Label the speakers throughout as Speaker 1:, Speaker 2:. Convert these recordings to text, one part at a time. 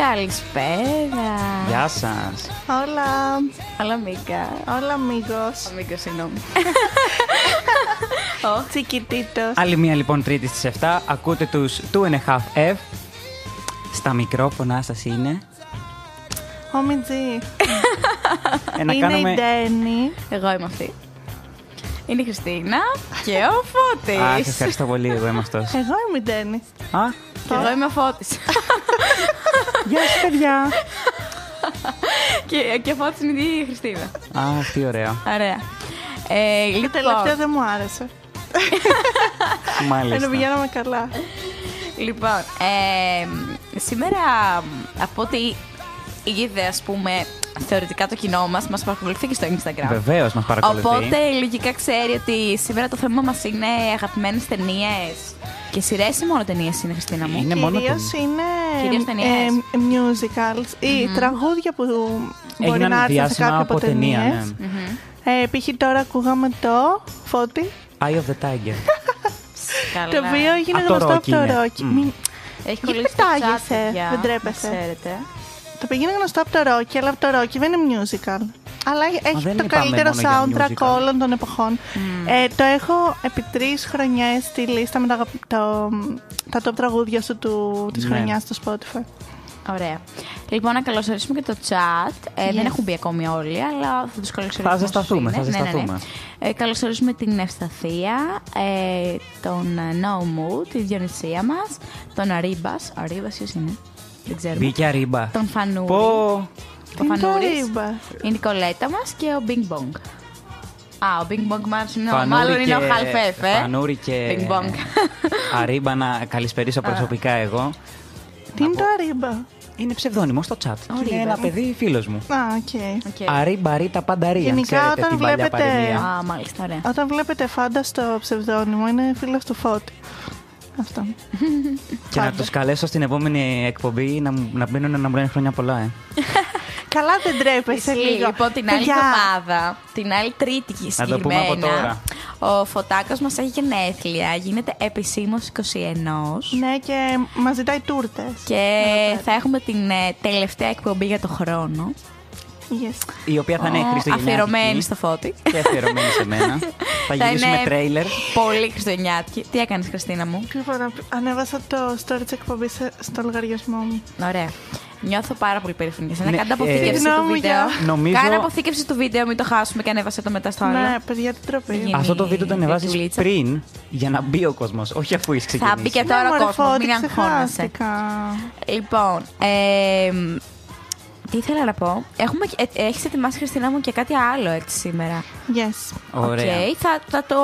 Speaker 1: Καλησπέρα.
Speaker 2: Γεια σας.
Speaker 3: Όλα.
Speaker 1: Όλα Μίκα.
Speaker 3: Όλα μίγο.
Speaker 1: Μίκα, συγγνώμη.
Speaker 3: Τσικιτήτο.
Speaker 2: Άλλη μία λοιπόν Τρίτη στις 7. Ακούτε τους 2.5F. Στα μικρόφωνά σας είναι.
Speaker 3: Ο Μιτζή.
Speaker 2: Ε, να
Speaker 3: Είναι η Ντένι.
Speaker 1: Εγώ είμαι αυτή. Είναι η Χριστίνα και ο
Speaker 2: Αχ,
Speaker 1: Φώτης.
Speaker 2: ευχαριστώ πολύ. Εγώ είμαι αυτός.
Speaker 3: Εγώ είμαι η Ντένι.
Speaker 2: Α,
Speaker 1: και εγώ είμαι ο Φώτης.
Speaker 2: γεια σας, παιδιά.
Speaker 1: και, και ο Φώτης είναι η Χριστίνα.
Speaker 2: Αχ, τι ωραίο.
Speaker 1: Ωραία. Ε,
Speaker 3: Η τελευταία
Speaker 1: λοιπόν,
Speaker 3: δεν μου άρεσε. Ενώ
Speaker 2: Μάλιστα.
Speaker 3: πηγαίναμε καλά.
Speaker 1: λοιπόν ε, σήμερα από ό,τι είδε, ας πούμε, θεωρητικά το κοινό μας, μας παρακολουθεί και στο Instagram.
Speaker 2: Βεβαίως μας παρακολουθεί.
Speaker 1: Οπότε λογικά ξέρει ότι σήμερα το θέμα μας είναι αγαπημένες ταινίες. Και σειρές ή μόνο ταινίες είναι, Χριστίνα μου.
Speaker 2: Είναι μόνο
Speaker 3: Κυρίως
Speaker 2: ταινίες.
Speaker 3: είναι
Speaker 1: Κυρίως ταινίες.
Speaker 3: ε, musicals ή τραγούδια που μπορεί
Speaker 2: Έγιναν
Speaker 3: να έρθουν σε
Speaker 2: διάσημα
Speaker 3: κάποια
Speaker 2: από
Speaker 3: από
Speaker 2: ταινία,
Speaker 3: ταινίες.
Speaker 2: ναι.
Speaker 3: Ε, Π.χ. τώρα ακούγαμε το Φώτη,
Speaker 2: Eye of the Tiger.
Speaker 1: Καλά.
Speaker 3: το οποίο έγινε
Speaker 2: Α, το
Speaker 3: γνωστό
Speaker 2: Rocky
Speaker 3: από το
Speaker 2: είναι.
Speaker 3: Rocky.
Speaker 2: Μμ.
Speaker 3: Μην-
Speaker 1: Έχει
Speaker 3: Γιατί
Speaker 1: κολλήσει στο chat,
Speaker 3: πετάγεσαι,
Speaker 1: παιδιά,
Speaker 3: δεν τρέπεσαι.
Speaker 1: να Ξέρετε.
Speaker 3: Το οποίο έγινε γνωστό από το Rocky, αλλά από το Rocky δεν είναι musical. Αλλά έχει
Speaker 2: δεν
Speaker 3: το
Speaker 2: είπαμε
Speaker 3: καλύτερο
Speaker 2: μόνο για
Speaker 3: soundtrack
Speaker 2: musical.
Speaker 3: όλων των εποχών.
Speaker 1: Mm.
Speaker 3: Ε, το έχω επί τρεις χρονιές στη λίστα με τα, αγαπη- το, τα top τραγούδια σου του, της
Speaker 2: Ναι.
Speaker 3: χρονιάς στο Spotify.
Speaker 1: Ωραία. Λοιπόν, να καλωσορίσουμε και το chat. Ε, Δεν έχουν μπει ακόμη όλοι, αλλά θα τους καλωσορίσουμε.
Speaker 2: Θα ζεσταθούμε,
Speaker 1: όσους είναι. Ναι,
Speaker 2: θα
Speaker 1: ναι, ναι.
Speaker 2: ζεσταθούμε.
Speaker 1: Ε, καλωσορίσουμε την Ευσταθία, ε, τον ε, Νόμου, τη Διονυσία μας, τον Αρίμπας. Αρίμπας, ποιος είναι. Δεν ξέρουμε.
Speaker 2: Μπήκε αρήμπα.
Speaker 1: Τον Φανούρη.
Speaker 2: Πω.
Speaker 1: Ο
Speaker 3: Τι είναι το
Speaker 1: Φανούρης,
Speaker 3: Ρίμπα?
Speaker 1: η Νικολέτα μας και ο Bing Bong. Α, ο Bing Bong μάλλον είναι, ο-
Speaker 2: Φανούρη
Speaker 1: μάλλον είναι ο
Speaker 2: και-
Speaker 1: Χαλφέφ, ε.
Speaker 2: Φανούρη και.
Speaker 1: Bing Bong.
Speaker 2: Αρήμπα να καλησπερίσω προσωπικά εγώ.
Speaker 3: Τι είναι το Αρίμπα.
Speaker 2: Είναι ψευδόνυμος στο chat. Και Είναι
Speaker 1: Αρήμπα.
Speaker 2: ένα παιδί φίλος μου.
Speaker 3: Α, οκ.
Speaker 1: Οκ.
Speaker 2: Αρήμπα, ρίτα, πανταρία.
Speaker 3: Γενικά,
Speaker 2: Ξέρετε
Speaker 3: όταν
Speaker 2: την παλιά
Speaker 3: βλέπετε-
Speaker 2: παροιμία.
Speaker 1: Α, μάλιστα, ωραία.
Speaker 3: Όταν βλέπετε φάντα στο ψευδόνυμο, είναι φίλος του Φώτη. Αυτό.
Speaker 2: Και να τους καλέσω στην επόμενη εκπομπή να, μου- να μπαίνουν να μου λένε χρόνια πολλά, ε.
Speaker 3: Καλά δεν τρέπεσαι
Speaker 1: Ισχύει.
Speaker 3: λίγο.
Speaker 1: Λοιπόν, την άλλη
Speaker 3: Παιδιά,
Speaker 1: εβδομάδα, την άλλη Τρίτη
Speaker 2: Να το πούμε από
Speaker 1: συγκεκριμένα, ο Φωτάκος μας έχει γενέθλια, γίνεται επισήμως 21.
Speaker 3: Ναι, και μας ζητάει τούρτες.
Speaker 1: Και θα έχουμε την ε, τελευταία εκπομπή για το χρόνο.
Speaker 3: Yes.
Speaker 2: Η οποία θα είναι
Speaker 1: Ο,
Speaker 2: χριστουγεννιάτικη.
Speaker 1: Αφιερωμένη στο φώτι.
Speaker 2: Και αφιερωμένη σε μένα. θα γυρίσουμε τρέιλερ.
Speaker 1: Πολύ χριστουγεννιάτικη. Τι έκανες, Χριστίνα μου.
Speaker 3: Λοιπόν, ανέβασα το story τη εκπομπή στο λογαριασμό μου.
Speaker 1: Ωραία. Νιώθω πάρα πολύ περήφανη για σένα.
Speaker 2: Ναι,
Speaker 1: Κάντε
Speaker 2: ε,
Speaker 1: αποθήκευση του
Speaker 3: συγγνώμη,
Speaker 1: βίντεο.
Speaker 3: για-
Speaker 2: Νομίζω-
Speaker 1: Κάνε αποθήκευση του βίντεο, μην το χάσουμε και ανέβασε το μετά στο άλλο.
Speaker 3: Ναι, παιδιά, τι τροπή.
Speaker 1: Α,
Speaker 2: Αυτό το βίντεο το
Speaker 1: Είναι
Speaker 2: ανεβάζεις
Speaker 1: δουλίτσα.
Speaker 2: πριν για να μπει ο κόσμος, όχι αφού έχεις ξεκινήσει.
Speaker 1: Θα μπει και τώρα ο κόσμο. Μην αγχώνεσαι.
Speaker 3: Ναι, ξεχάστηκα.
Speaker 1: Λοιπόν, ε, τι ήθελα να πω. Έχουμε, ε, έχεις ετοιμάσει, Χριστίνα μου, και κάτι άλλο έτσι σήμερα.
Speaker 3: Yes.
Speaker 2: Ωραία.
Speaker 1: Οκ, θα, θα το,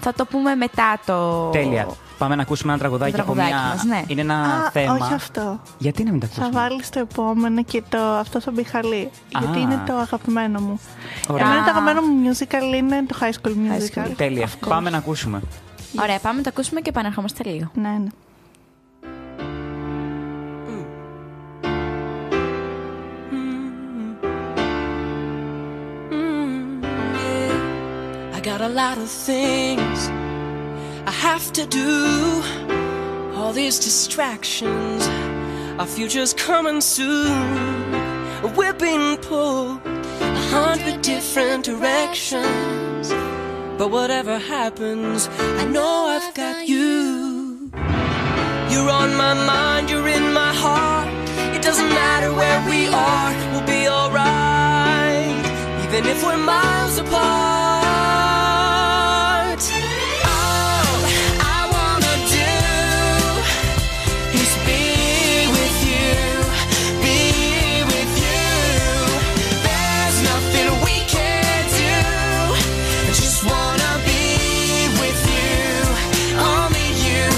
Speaker 1: θα το πούμε μετά το...
Speaker 2: Τέλεια. Πάμε να ακούσουμε ένα τραγουδάκι
Speaker 1: Το
Speaker 2: από
Speaker 1: τραγουδάκι
Speaker 2: μια.
Speaker 1: μας, ναι.
Speaker 2: Είναι ένα
Speaker 3: Α,
Speaker 2: θέμα.
Speaker 3: όχι αυτό.
Speaker 2: Γιατί να μην τα ακούσουμε.
Speaker 3: Θα βάλεις το επόμενο και το αυτό θα μπει χαλί.
Speaker 2: Α.
Speaker 3: Γιατί είναι το αγαπημένο μου.
Speaker 2: Ωραία.
Speaker 3: Εμένα
Speaker 1: Α.
Speaker 3: το αγαπημένο μου musical είναι το high school musical.
Speaker 1: School.
Speaker 2: Τέλεια. Πάμε να ακούσουμε.
Speaker 1: Ωραία, πάμε να το ακούσουμε και επαναρχόμαστε λίγο.
Speaker 3: Ναι, ναι.
Speaker 4: I got a lot of things I have to do. All these distractions, our future's coming soon. We're being pulled a hundred different directions. But whatever happens, I know I've got you. You're on my mind, you're in my heart. It doesn't matter where we are, we'll be alright. Even if we're miles apart. All I wanna do is be with you, be with you. There's nothing we can't do. I just wanna be with you, only you.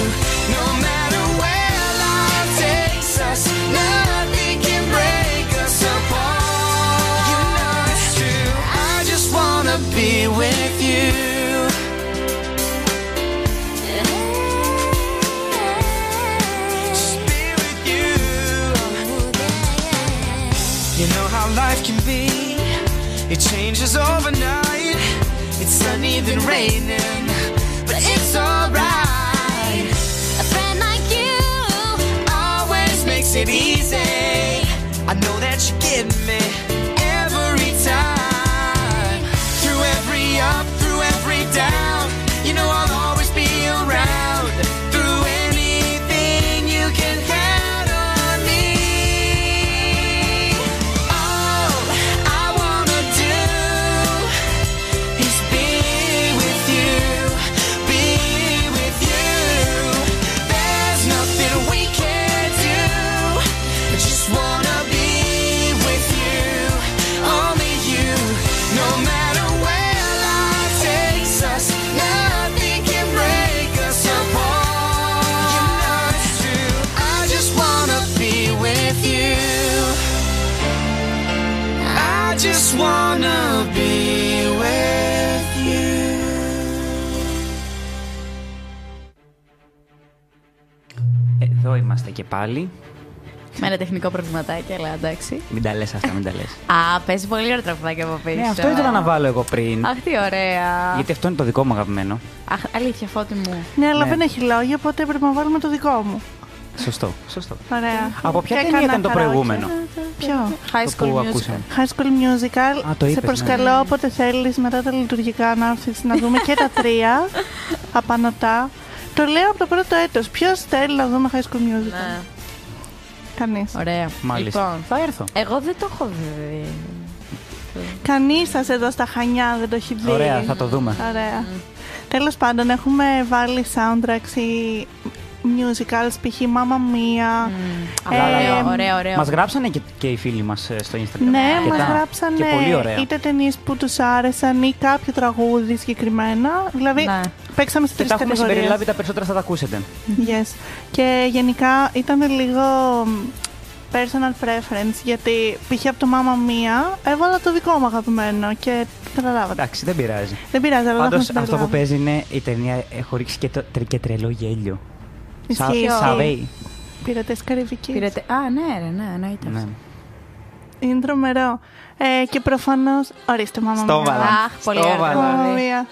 Speaker 4: No matter where life takes us, nothing can break us apart. You know it's true. I just wanna be with you. Just be with you. You know how life can be. It changes overnight. It's sunny then raining, but it's alright. A friend like you always makes it easy. Oh,
Speaker 2: Εδώ είμαστε και πάλι.
Speaker 1: Με ένα τεχνικό προβληματάκι, αλλά εντάξει.
Speaker 2: Μην τα λες αυτά, μην τα λες.
Speaker 1: Α, παίζει πολύ ωραία τραγουδάκια από πίσω.
Speaker 2: ναι, αυτό ήθελα να βάλω εγώ πριν.
Speaker 1: Αχ, τι ωραία.
Speaker 2: γιατί αυτό είναι το δικό μου αγαπημένο.
Speaker 1: Αχ, αλήθεια, φώτη μου.
Speaker 3: Ναι, αλλά
Speaker 2: Ναι.
Speaker 3: δεν έχει λόγια, οπότε έπρεπε να βάλουμε το δικό μου.
Speaker 2: Σωστό. Σωστό.
Speaker 3: Ωραία.
Speaker 2: Από ποια
Speaker 3: Και
Speaker 2: ταινία
Speaker 3: έκανα
Speaker 2: ήταν το
Speaker 3: καράοκε.
Speaker 2: προηγούμενο?
Speaker 3: Ποιο?
Speaker 1: High
Speaker 2: Το
Speaker 1: school
Speaker 2: που
Speaker 1: musical.
Speaker 2: ακούσαμε.
Speaker 3: High School Musical.
Speaker 2: Α, το είπες,
Speaker 3: σε
Speaker 2: ναι.
Speaker 3: προσκαλώ όποτε θέλεις μετά τα λειτουργικά να έρθεις να δούμε και τα τρία απανοτά. Το λέω από το πρώτο έτος. Ποιος θέλει να δούμε High School Musical.
Speaker 1: Ναι.
Speaker 3: Κανείς.
Speaker 1: Ωραία.
Speaker 2: Μάλιστα.
Speaker 1: Λοιπόν,
Speaker 2: θα έρθω.
Speaker 1: εγώ δεν το έχω δει.
Speaker 3: Κανείς σας εδώ στα Χανιά δεν το έχει δει.
Speaker 2: Ωραία, θα το δούμε.
Speaker 3: Ωραία. Τέλος πάντων, έχουμε βάλει soundtracks ή musicals, π.χ. Μάμα Μία.
Speaker 1: Αλλά ωραίο, ωραίο, ωραίο.
Speaker 2: Μας γράψανε και, και οι φίλοι μας στο Instagram.
Speaker 3: Ναι,
Speaker 2: αρκετά.
Speaker 3: μας
Speaker 2: Και
Speaker 3: γράψανε
Speaker 2: πολύ ωραία.
Speaker 3: είτε ταινίες που τους άρεσαν ή κάποιο τραγούδι συγκεκριμένα. Δηλαδή,
Speaker 1: Ναι.
Speaker 3: παίξαμε σε
Speaker 2: Και
Speaker 3: τρεις
Speaker 2: τα έχουμε
Speaker 3: κατηγορίες.
Speaker 2: συμπεριλάβει τα περισσότερα, θα τα ακούσετε.
Speaker 3: Yes. Και γενικά ήταν λίγο μ, personal preference, γιατί π.χ. από το Μάμα Μία έβαλα το δικό μου αγαπημένο και καταλάβατε.
Speaker 2: Εντάξει, δεν πειράζει.
Speaker 3: Δεν πειράζει, αλλά
Speaker 2: Πάντω
Speaker 3: δεν
Speaker 2: αυτό που παίζει είναι η ταινία. Έχω ρίξει και, το, τρε- και τρελό γέλιο.
Speaker 3: Ισχύει.
Speaker 2: Σαβέι.
Speaker 3: Πειρατές Καρυβικής.
Speaker 1: Πήρατε... Α, ναι, ρε, ναι, εννοείται.
Speaker 2: Ναι.
Speaker 1: αυτό.
Speaker 3: Είναι τρομερό. Ε, και προφανώς, ορίστε Μάμα
Speaker 2: Στο
Speaker 3: Μία.
Speaker 2: βάλα.
Speaker 1: Αχ, πολύ
Speaker 2: Στο
Speaker 1: ωραία.
Speaker 2: βάλα.
Speaker 1: το
Speaker 3: Μάμα
Speaker 1: έχω δει.
Speaker 3: Μία.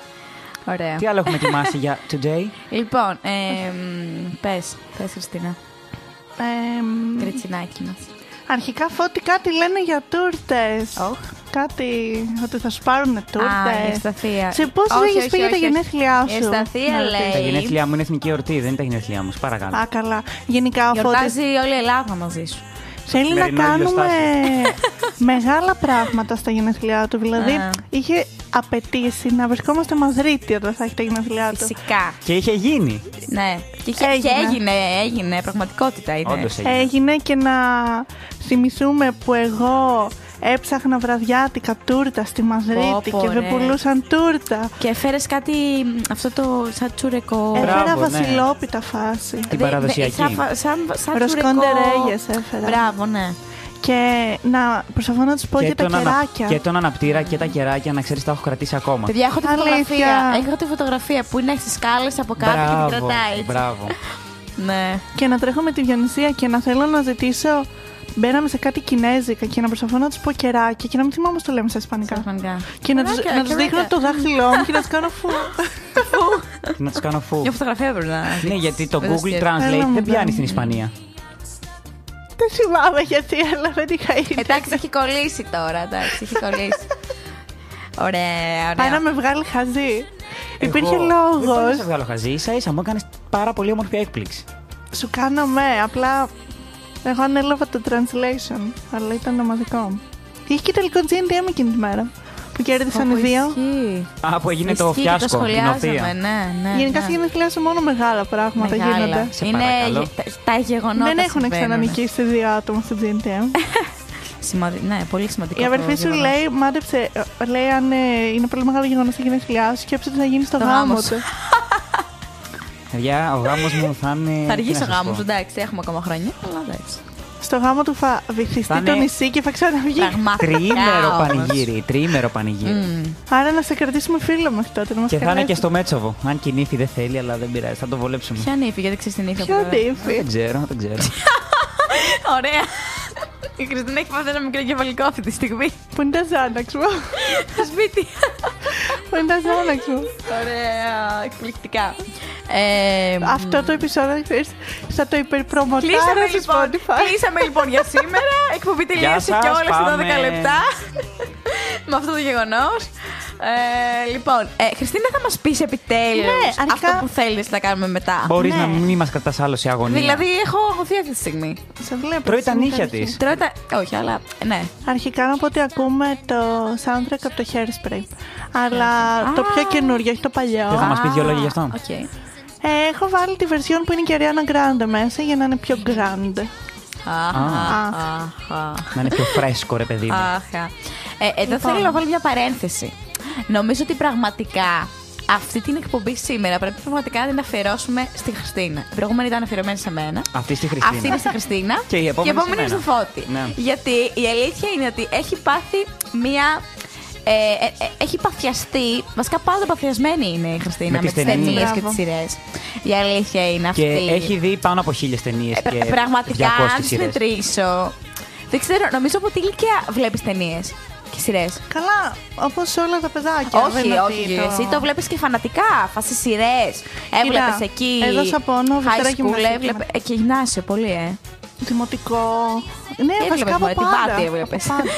Speaker 1: Ωραία.
Speaker 2: Τι άλλο έχουμε ετοιμάσει για today.
Speaker 1: Λοιπόν, ε, μ, πες, πες Χριστίνα,
Speaker 3: Ε, μ,
Speaker 1: κριτσινάκι μας.
Speaker 3: αρχικά φώτη κάτι λένε για τούρτες.
Speaker 1: Οχ.
Speaker 3: Κάτι ότι θα σου πάρουν
Speaker 1: Α, η
Speaker 3: τούρτες.
Speaker 1: Ευσταθία.
Speaker 3: Σε πόσους
Speaker 1: Όχι,
Speaker 3: έχεις
Speaker 1: όχι,
Speaker 3: πει για τα
Speaker 1: όχι, όχι.
Speaker 3: γενέθλιά
Speaker 1: Η
Speaker 3: σου?
Speaker 1: Ευσταθία
Speaker 3: Ναι,
Speaker 1: λέει.
Speaker 2: Τα γενέθλιά μου είναι εθνική εορτή, δεν είναι τα γενέθλιά μου. σε Παρακαλώ.
Speaker 3: Α, καλά. Γενικά ο Φώτης
Speaker 1: Γιορτάζει όλη η Ελλάδα μαζί σου.
Speaker 3: Θέλει να
Speaker 2: Σημερινό
Speaker 3: κάνουμε
Speaker 2: ηλιοστάσιο.
Speaker 3: μεγάλα πράγματα στα γενέθλιά του. Δηλαδή,
Speaker 1: Α.
Speaker 3: είχε απαιτήσει να βρισκόμαστε Μαδρίτη όταν θα έχει τα γενέθλιά του.
Speaker 1: Φυσικά.
Speaker 2: Και είχε γίνει.
Speaker 1: Ναι. Και, και-
Speaker 3: Έγινε.
Speaker 1: και έγινε, έγινε, πραγματικότητα είναι.
Speaker 2: Όντως έγινε.
Speaker 3: Έγινε και να θυμηθούμε που εγώ έψαχνα βραδιάτικα τούρτα στη Μαδρίτη
Speaker 1: Πω, πω, ναι.
Speaker 3: και δεν
Speaker 1: ρε.
Speaker 3: πουλούσαν τούρτα.
Speaker 1: Και έφερες κάτι μ, αυτό το σαν τσουρεκό.
Speaker 2: Ε,
Speaker 3: Έφερα
Speaker 2: Μπράβο, ναι.
Speaker 3: βασιλόπιτα φάση.
Speaker 2: Την
Speaker 1: Δε- δε-
Speaker 2: παραδοσιακή.
Speaker 1: Ναι, σαν φα- σαν, σαν
Speaker 3: Ροσκόντε
Speaker 1: τσουρεκό.
Speaker 3: ρέγες έφερα.
Speaker 1: Μπράβο, ναι.
Speaker 3: Και να προσπαθώ να τους πω για τα
Speaker 2: τον ανα-
Speaker 3: κεράκια.
Speaker 2: και τον αναπτήρα και τα κεράκια, να ξέρεις, τα έχω κρατήσει ακόμα.
Speaker 1: Παιδιά, έχω τη
Speaker 3: Αλήθεια.
Speaker 1: φωτογραφία. Έχω τη φωτογραφία που είναι στις σκάλες από κάτω και την κρατάει. έτσι.
Speaker 2: Μπράβο.
Speaker 1: Ναι.
Speaker 3: και να τρέχω με τη Διονυσία και να θέλω να ζητήσω. Μπαίναμε σε κάτι κινέζικα και να προσπαθώ να τους πω κεράκια και να μην θυμάμαι πώ το λέμε στα ισπανικά.
Speaker 1: Πραγματικά.
Speaker 3: Και να τους
Speaker 1: Κεράκια,
Speaker 3: να τους
Speaker 1: κεράκια.
Speaker 3: δείχνω το δάχτυλό μου και να τους κάνω φου.
Speaker 2: Και να τους κάνω φου.
Speaker 1: Μια φωτογραφία πρέπει να.
Speaker 2: Ναι, γιατί το
Speaker 1: Δεν
Speaker 2: Google
Speaker 1: σκέφτομαι.
Speaker 3: Έλα
Speaker 2: Translate
Speaker 3: μου,
Speaker 2: δεν πιάνει
Speaker 3: δεν.
Speaker 2: στην Ισπανία.
Speaker 3: Δεν θυμάμαι γιατί, αλλά δεν είχα ήδη.
Speaker 1: Εντάξει, έχει κολλήσει τώρα. Εντάξει, έχει κολλήσει. Ωραία,
Speaker 3: Πάει να
Speaker 1: ωραία.
Speaker 3: με βγάλει χαζή. Υπήρχε
Speaker 2: Εγώ- Δεν
Speaker 3: λόγος.
Speaker 2: μπορούσα να σε βγάλω χαζή. σα ίσα μου έκανες πάρα πολύ όμορφη έκπληξη.
Speaker 3: Σου κάνω με, απλά. Εγώ ανέλαβα το translation, αλλά ήταν ομαδικό μου. Είχε και τελικό GNTM εκείνη τη μέρα που κέρδισαν οι
Speaker 1: Όπου
Speaker 3: δύο.
Speaker 1: ισχύει.
Speaker 2: Α, που έγινε το
Speaker 1: Ισχύει και
Speaker 2: φιάσκο.
Speaker 1: Το
Speaker 2: την
Speaker 1: σχολιάζαμε,
Speaker 2: οποία.
Speaker 1: ναι, ναι.
Speaker 3: Γενικά
Speaker 1: ναι.
Speaker 3: στη γενεθλία σου μόνο μεγάλα πράγματα
Speaker 1: Μεγάλα.
Speaker 3: γίνονται.
Speaker 2: Σε
Speaker 1: Είναι
Speaker 2: παρακαλώ.
Speaker 1: γε- τα, τα γεγονότα.
Speaker 3: Δεν έχουν
Speaker 1: συμβαίνουν.
Speaker 3: ξανανικήσει δύο άτομα στο GNTM.
Speaker 1: Σημαδι- Ναι, πολύ σημαντικό.
Speaker 3: Η
Speaker 1: το
Speaker 3: αδερφή σου
Speaker 1: γεγονός.
Speaker 3: λέει, μάντεψε, ε, λέει αν ε, είναι πολύ μεγάλο γεγονός στα γενέθλιά σου, σκέψε τι θα γίνει στο
Speaker 1: Το
Speaker 3: γάμο
Speaker 1: γάμος
Speaker 3: του.
Speaker 1: σου.
Speaker 2: Παιδιά, ο γάμος μου θα είναι.
Speaker 1: Θα αργήσει
Speaker 2: Ε, τι
Speaker 1: ο
Speaker 2: να σας
Speaker 1: γάμος,
Speaker 2: πω.
Speaker 1: εντάξει, έχουμε ακόμα χρόνια. Αλλά εντάξει.
Speaker 3: Στο γάμο του θα βυθιστεί
Speaker 2: Θα είναι-
Speaker 3: το νησί και θα ξαναβγεί.
Speaker 1: Πραγματικά.
Speaker 2: Τριήμερο
Speaker 1: όμως.
Speaker 2: πανηγύρι. Τριήμερο πανηγύρι.
Speaker 3: Άρα να σε κρατήσουμε φίλο μέχρι τότε. να μας
Speaker 2: Και θα είναι
Speaker 3: καλέσει.
Speaker 2: και στο Μέτσοβο. Αν και η νύφη δεν θέλει, αλλά δεν πειράζει, θα το βολέψουμε.
Speaker 1: Ποια νύφη, γιατί ξέρεις την νύφη.
Speaker 3: Ποιο
Speaker 1: από εδώ.
Speaker 3: τύφη.
Speaker 2: Δεν ξέρω, δεν ξέρω.
Speaker 1: Ωραία. Η Κριστίνα έχει πάθει ένα μικρό κεφαλικό αυτή τη στιγμή.
Speaker 3: Πού είναι τα ζάναξ μου.
Speaker 1: Στο σπίτι.
Speaker 3: Πού είναι τα ζάναξ μου.
Speaker 1: Ωραία. Εκπληκτικά. Ε,
Speaker 3: Αυτό το επεισόδιο ξέρεις, θα το υπερπρομοτάρω
Speaker 1: Κλείσαμε
Speaker 3: στο
Speaker 1: λοιπόν,
Speaker 3: Spotify.
Speaker 1: κλείσαμε λοιπόν για σήμερα. Εκπομπή τελείωσε
Speaker 2: σας,
Speaker 1: και όλα σε 12
Speaker 2: πάμε.
Speaker 1: λεπτά. με αυτό το γεγονός. Ε, λοιπόν, ε, Χριστίνα θα μας πεις επιτέλους
Speaker 3: Ναι, αρχικά-
Speaker 1: αυτό που θέλεις να κάνουμε μετά.
Speaker 2: Μπορείς
Speaker 3: ναι.
Speaker 2: να μην μας κρατάς άλλο σε αγωνία.
Speaker 1: Δηλαδή, έχω αγωθεί αυτή τη στιγμή.
Speaker 3: Σε βλέπω.
Speaker 2: Τρώει τα
Speaker 3: εσύ,
Speaker 2: νύχια
Speaker 3: καταρχήν.
Speaker 2: τη.
Speaker 1: Τρώω τα. Όχι, αλλά. Ναι.
Speaker 3: Αρχικά να πω ότι ακούμε το soundtrack από το Hairspray. Αλλά το πιο καινούριο, όχι το παλιό.
Speaker 2: Δεν θα μας πεις δύο
Speaker 1: Α,
Speaker 2: λόγια γι' αυτό.
Speaker 1: οκ.
Speaker 3: Ε, έχω βάλει τη version που είναι και η Ariana Grande μέσα για να είναι πιο grand.
Speaker 1: Αχα,
Speaker 2: Α.
Speaker 1: αχα,
Speaker 2: Να είναι πιο φρέσκο, ρε παιδί μου.
Speaker 1: αχα. Ε, Εδώ θέλω να βάλω μια παρένθεση. Νομίζω ότι πραγματικά αυτή την εκπομπή σήμερα πρέπει πραγματικά να την αφιερώσουμε στη Χριστίνα. Η προηγούμενη ήταν αφιερωμένη σε μένα.
Speaker 2: Αυτή στη Χριστίνα.
Speaker 1: Αυτή είναι στη Χριστίνα.
Speaker 2: Και η επόμενη
Speaker 1: είναι
Speaker 2: σε
Speaker 1: στο
Speaker 2: μένα.
Speaker 1: Φώτη.
Speaker 2: Ναι.
Speaker 1: Γιατί η αλήθεια είναι ότι έχει πάθει μία ε, ε, ε, έχει παθιαστεί. Βασικά πάντα παθιασμένη είναι η Χριστίνα
Speaker 2: Με
Speaker 1: με,
Speaker 2: τις
Speaker 1: τι
Speaker 2: ταινίες.
Speaker 1: ταινίες και
Speaker 3: Μπράβο.
Speaker 1: τις σειρές. Η αλήθεια είναι αυτή.
Speaker 2: Και έχει δει πάνω από χίλιες ταινίες.
Speaker 1: Ε,
Speaker 2: και
Speaker 1: Πραγματικά,
Speaker 2: 200
Speaker 1: αν τι
Speaker 2: σειρές.
Speaker 1: μετρήσω. Δεν ξέρω, νομίζω από τι ηλικία βλέπεις ταινίες και σειρές.
Speaker 3: Καλά, όπως όλα τα παιδάκια. δεν
Speaker 1: Όχι,
Speaker 3: είναι
Speaker 1: όχι.
Speaker 3: ότι
Speaker 1: Εσύ το βλέπεις και φανατικά. Φάσει σειρές. Έβλεπες εκεί.
Speaker 3: έδωσα πόνο,
Speaker 1: High
Speaker 3: Δευτέρα
Speaker 1: school
Speaker 3: γυμναστική.
Speaker 1: έβλεπε. ε, Και γυμνάσιο, πολύ, ε.
Speaker 3: Δημοτικό. Ναι,
Speaker 1: Τι
Speaker 3: βασικά
Speaker 1: έβλεπες,
Speaker 3: από
Speaker 1: μωρέ, την
Speaker 3: πάντα.
Speaker 1: Πάτη έβλεπες.
Speaker 3: από πάντα.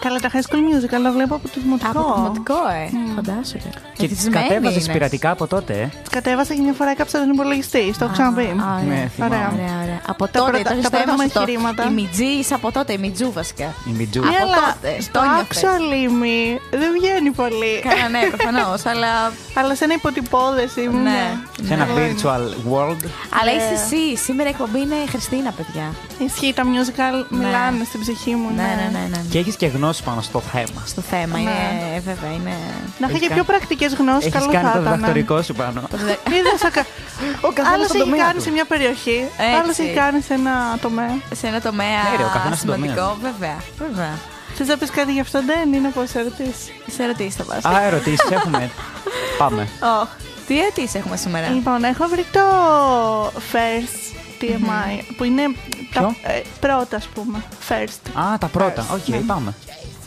Speaker 3: Καλά, τα high school musical τα βλέπω από το δημοτικό.
Speaker 1: Από το δημοτικό, ε. Φαντάζομαι.
Speaker 2: Και τις κατέβαζε πειρατικά από τότε. ε.
Speaker 3: Τις Κατέβασα και μια φορά έκαψα τον υπολογιστή. Στο έχω ξαναπεί.
Speaker 2: Ναι, θυμάμαι.
Speaker 1: Ωραία,
Speaker 3: Ωραία.
Speaker 1: ωραία. Από
Speaker 3: Τα
Speaker 1: τότε
Speaker 3: πρώτα-
Speaker 1: ήταν
Speaker 3: τα
Speaker 1: στο
Speaker 3: πρώτα μου
Speaker 1: αίμα στο-
Speaker 3: εγχειρήματα.
Speaker 1: Η Μιτζή είσαι από τότε, η Μιτζού βασικά.
Speaker 2: Η Μιτζού.
Speaker 1: Α,
Speaker 3: Ναι,
Speaker 1: από
Speaker 3: αλλά
Speaker 1: τότε,
Speaker 3: το
Speaker 1: στο νιώθες.
Speaker 3: actual είμαι δεν βγαίνει πολύ.
Speaker 1: Καλά, ναι, προφανώς. αλλά
Speaker 3: αλλά σε ένα υποτυπώδες ήμουν.
Speaker 1: Ναι.
Speaker 2: Σε ένα
Speaker 3: Καλό είναι.
Speaker 2: virtual world.
Speaker 1: αλλά
Speaker 2: Ε.
Speaker 1: είσαι εσύ. Σήμερα η εκπομπή είναι η Χριστίνα, παιδιά.
Speaker 3: Ισχύει, τα musical
Speaker 1: Ναι.
Speaker 3: μιλάνε στην ψυχή μου.
Speaker 1: Ναι, ναι, ναι. ναι.
Speaker 2: Και έχεις και γνώση πάνω στο θέμα.
Speaker 1: Στο θέμα είναι, ε, βέβαια, είναι.
Speaker 3: Να είχα
Speaker 2: Έχεις
Speaker 3: και
Speaker 2: κάνει-
Speaker 3: πιο πρακτικές γνώσεις,
Speaker 2: Έχεις
Speaker 3: καλό
Speaker 2: κάνει
Speaker 3: θα
Speaker 2: το
Speaker 3: ήταν. ναι.
Speaker 1: ναι.
Speaker 2: διδακτορικό σου πάνω.
Speaker 3: Είδες, ο κα-
Speaker 2: Ο καθένας
Speaker 3: άλλος
Speaker 2: στον
Speaker 3: έχει
Speaker 2: τομέα
Speaker 3: κάνει
Speaker 2: του.
Speaker 3: σε μια περιοχή, άλλος έχει κάνει σε ένα τομέα.
Speaker 1: Σε ένα τομέα
Speaker 2: Ναι, ρε, ο καθένας στον
Speaker 1: σημαντικό,
Speaker 2: τομέα
Speaker 1: βέβαια. βέβαια.
Speaker 3: Θες να πεις κάτι γι' αυτό, δεν είναι πως ερωτήσεις.
Speaker 1: Σε ερωτήσεις θα πας.
Speaker 2: Α, ερωτήσεις έχουμε. Πάμε.
Speaker 1: Οχ, τι ερωτήσεις έχουμε σήμερα.
Speaker 3: Λοιπόν, έχω βρει το first TMI, που είναι τα
Speaker 2: Ποιο?
Speaker 3: ε, πρώτα, ας πούμε, first.
Speaker 2: Α, τα πρώτα. Οκ,
Speaker 1: Ναι.
Speaker 2: πάμε.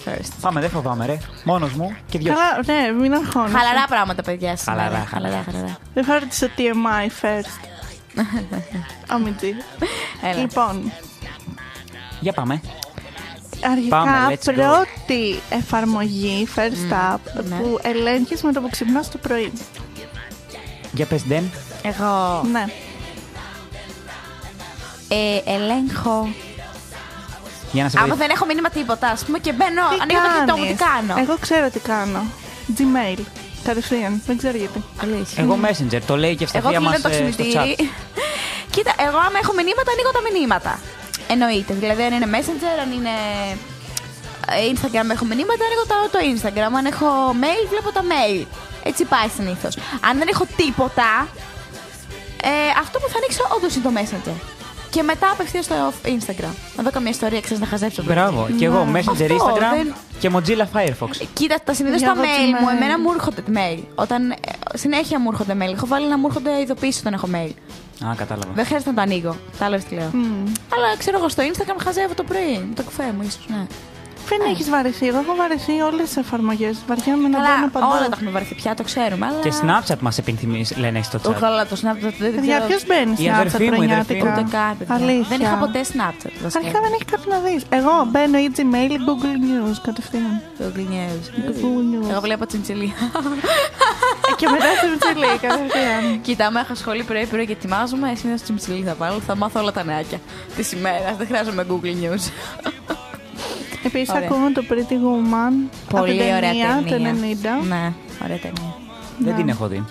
Speaker 1: First.
Speaker 2: Πάμε, δεν φοβάμαι, ρε. Μόνος μου και δυο.
Speaker 3: Καλά, ναι, μην αγχώνεσαι.
Speaker 1: Χαλαρά πράγματα, παιδιά. σήμερα.
Speaker 2: Χαλαρά,
Speaker 1: χαλαρά.
Speaker 2: χαλαρά.
Speaker 1: χαλαρά.
Speaker 3: Δεν θα ρωτήσω TMI first. Αμυντή.
Speaker 1: Έλα.
Speaker 3: Λοιπόν,
Speaker 2: Για πάμε.
Speaker 3: αρχικά
Speaker 2: Πάμε, let's go.
Speaker 3: πρώτη εφαρμογή first app
Speaker 1: ναι.
Speaker 3: που ελέγχεις με το που ξυπνάς το πρωί.
Speaker 2: Για πες, Ντεν.
Speaker 1: Εγώ
Speaker 3: Ναι.
Speaker 1: ε, ελέγχω.
Speaker 2: Για να σε
Speaker 1: Άμα
Speaker 2: βοηθήσω.
Speaker 1: δεν έχω μήνυμα τίποτα, ας πούμε, και μπαίνω.
Speaker 3: Τι
Speaker 1: Ανοίγω το κινητό μου, τι
Speaker 3: κάνεις?
Speaker 1: κάνω.
Speaker 3: Εγώ ξέρω τι κάνω. Gmail. Κατευθείαν. Δεν ξέρω γιατί.
Speaker 1: Αλήθεια.
Speaker 2: Εγώ Messenger, το λέει και
Speaker 1: Εγώ
Speaker 2: ευσταθία μα
Speaker 1: κλείνω το
Speaker 2: ε, στο chat.
Speaker 1: ξυπνητήρι. Κοίτα, εγώ άμα έχω μηνύματα, ανοίγω τα μηνύματα. Εννοείται. Δηλαδή, αν είναι Messenger, αν είναι ε, Instagram, έχω μηνύματα, ανοίγω το, το Instagram. Αν έχω mail, βλέπω τα mail. Έτσι πάει συνήθως. Αν δεν έχω τίποτα, ε, αυτό που θα ανοίξω όντως είναι το Messenger. Και μετά απευθείας στο Instagram. Να δω καμία ιστορία, ξέρεις να χαζέψω.
Speaker 2: Μπράβο, και εγώ Messenger,
Speaker 1: Αυτό,
Speaker 2: Instagram
Speaker 1: δεν-
Speaker 2: και Mozilla Firefox.
Speaker 1: Κοίτα, τα συνήθω τα
Speaker 3: Διάβαζα
Speaker 1: mail μου,
Speaker 3: mail.
Speaker 1: εμένα μου έρχονται mail. Όταν, ε, συνέχεια μου έρχονται mail. Έχω βάλει να μου έρχονται ειδοποιήσει όταν έχω mail.
Speaker 2: Α, κατάλαβα.
Speaker 1: Δεν χρειάζεται να το ανοίγω. Τα άλλο τις λέω. Αλλά ξέρω εγώ στο Instagram χαζεύω το πρωί. με Το κουφέ μου, ίσως. Ναι.
Speaker 3: Δεν έχεις βαρεθεί. Εγώ έχω βαρεθεί όλες τις εφαρμογές. Βαριάμαι να μπαίνω
Speaker 1: Αλλά
Speaker 3: παντού.
Speaker 1: όλα τα έχουμε βαρεθεί πια, το ξέρουμε. Αλλά...
Speaker 2: Και Snapchat μας επιθυμείς, λένε στο
Speaker 1: Οχ,
Speaker 2: chat.
Speaker 1: αλλά το Snapchat δεν
Speaker 3: Παιδιά,
Speaker 1: ξέρω.
Speaker 3: ποιος μπαίνει
Speaker 2: Η
Speaker 3: στην
Speaker 2: αδερφή μου,
Speaker 3: άψα
Speaker 2: η αδερφή
Speaker 3: πρωινιάτικα.
Speaker 2: μου.
Speaker 1: Ούτε καν, παιδιά.
Speaker 3: Αλήθεια.
Speaker 1: Δεν είχα ποτέ Snapchat. βασικά.
Speaker 3: Αρχικά δεν έχει κάτι να δεις. Εγώ μπαίνω ή Gmail ή Google News κατευθείαν.
Speaker 1: Το γλυνιέζ.
Speaker 3: Google News.
Speaker 1: Εγώ βλέπω τσιντσιλία.
Speaker 3: Ε, και μετά στην Τσιλή κατευθείαν.
Speaker 1: Κοίτα, άμα έχω σχολή πρωί-πρωί και ετοιμάζομαι, συνήθως τσιμψιλή θα βάλω. Θα μάθω όλα τα νεάκια της ημέρας. Δεν χρειάζομαι Google News.
Speaker 3: Επίσης
Speaker 1: Ωραία.
Speaker 3: ακούμε το Pretty Woman. από
Speaker 1: Πολύ
Speaker 3: την
Speaker 1: ωραία ταινία.
Speaker 3: Το 90.
Speaker 1: Ναι, ωραία ταινία. Ναι.
Speaker 2: Δεν την έχω δει.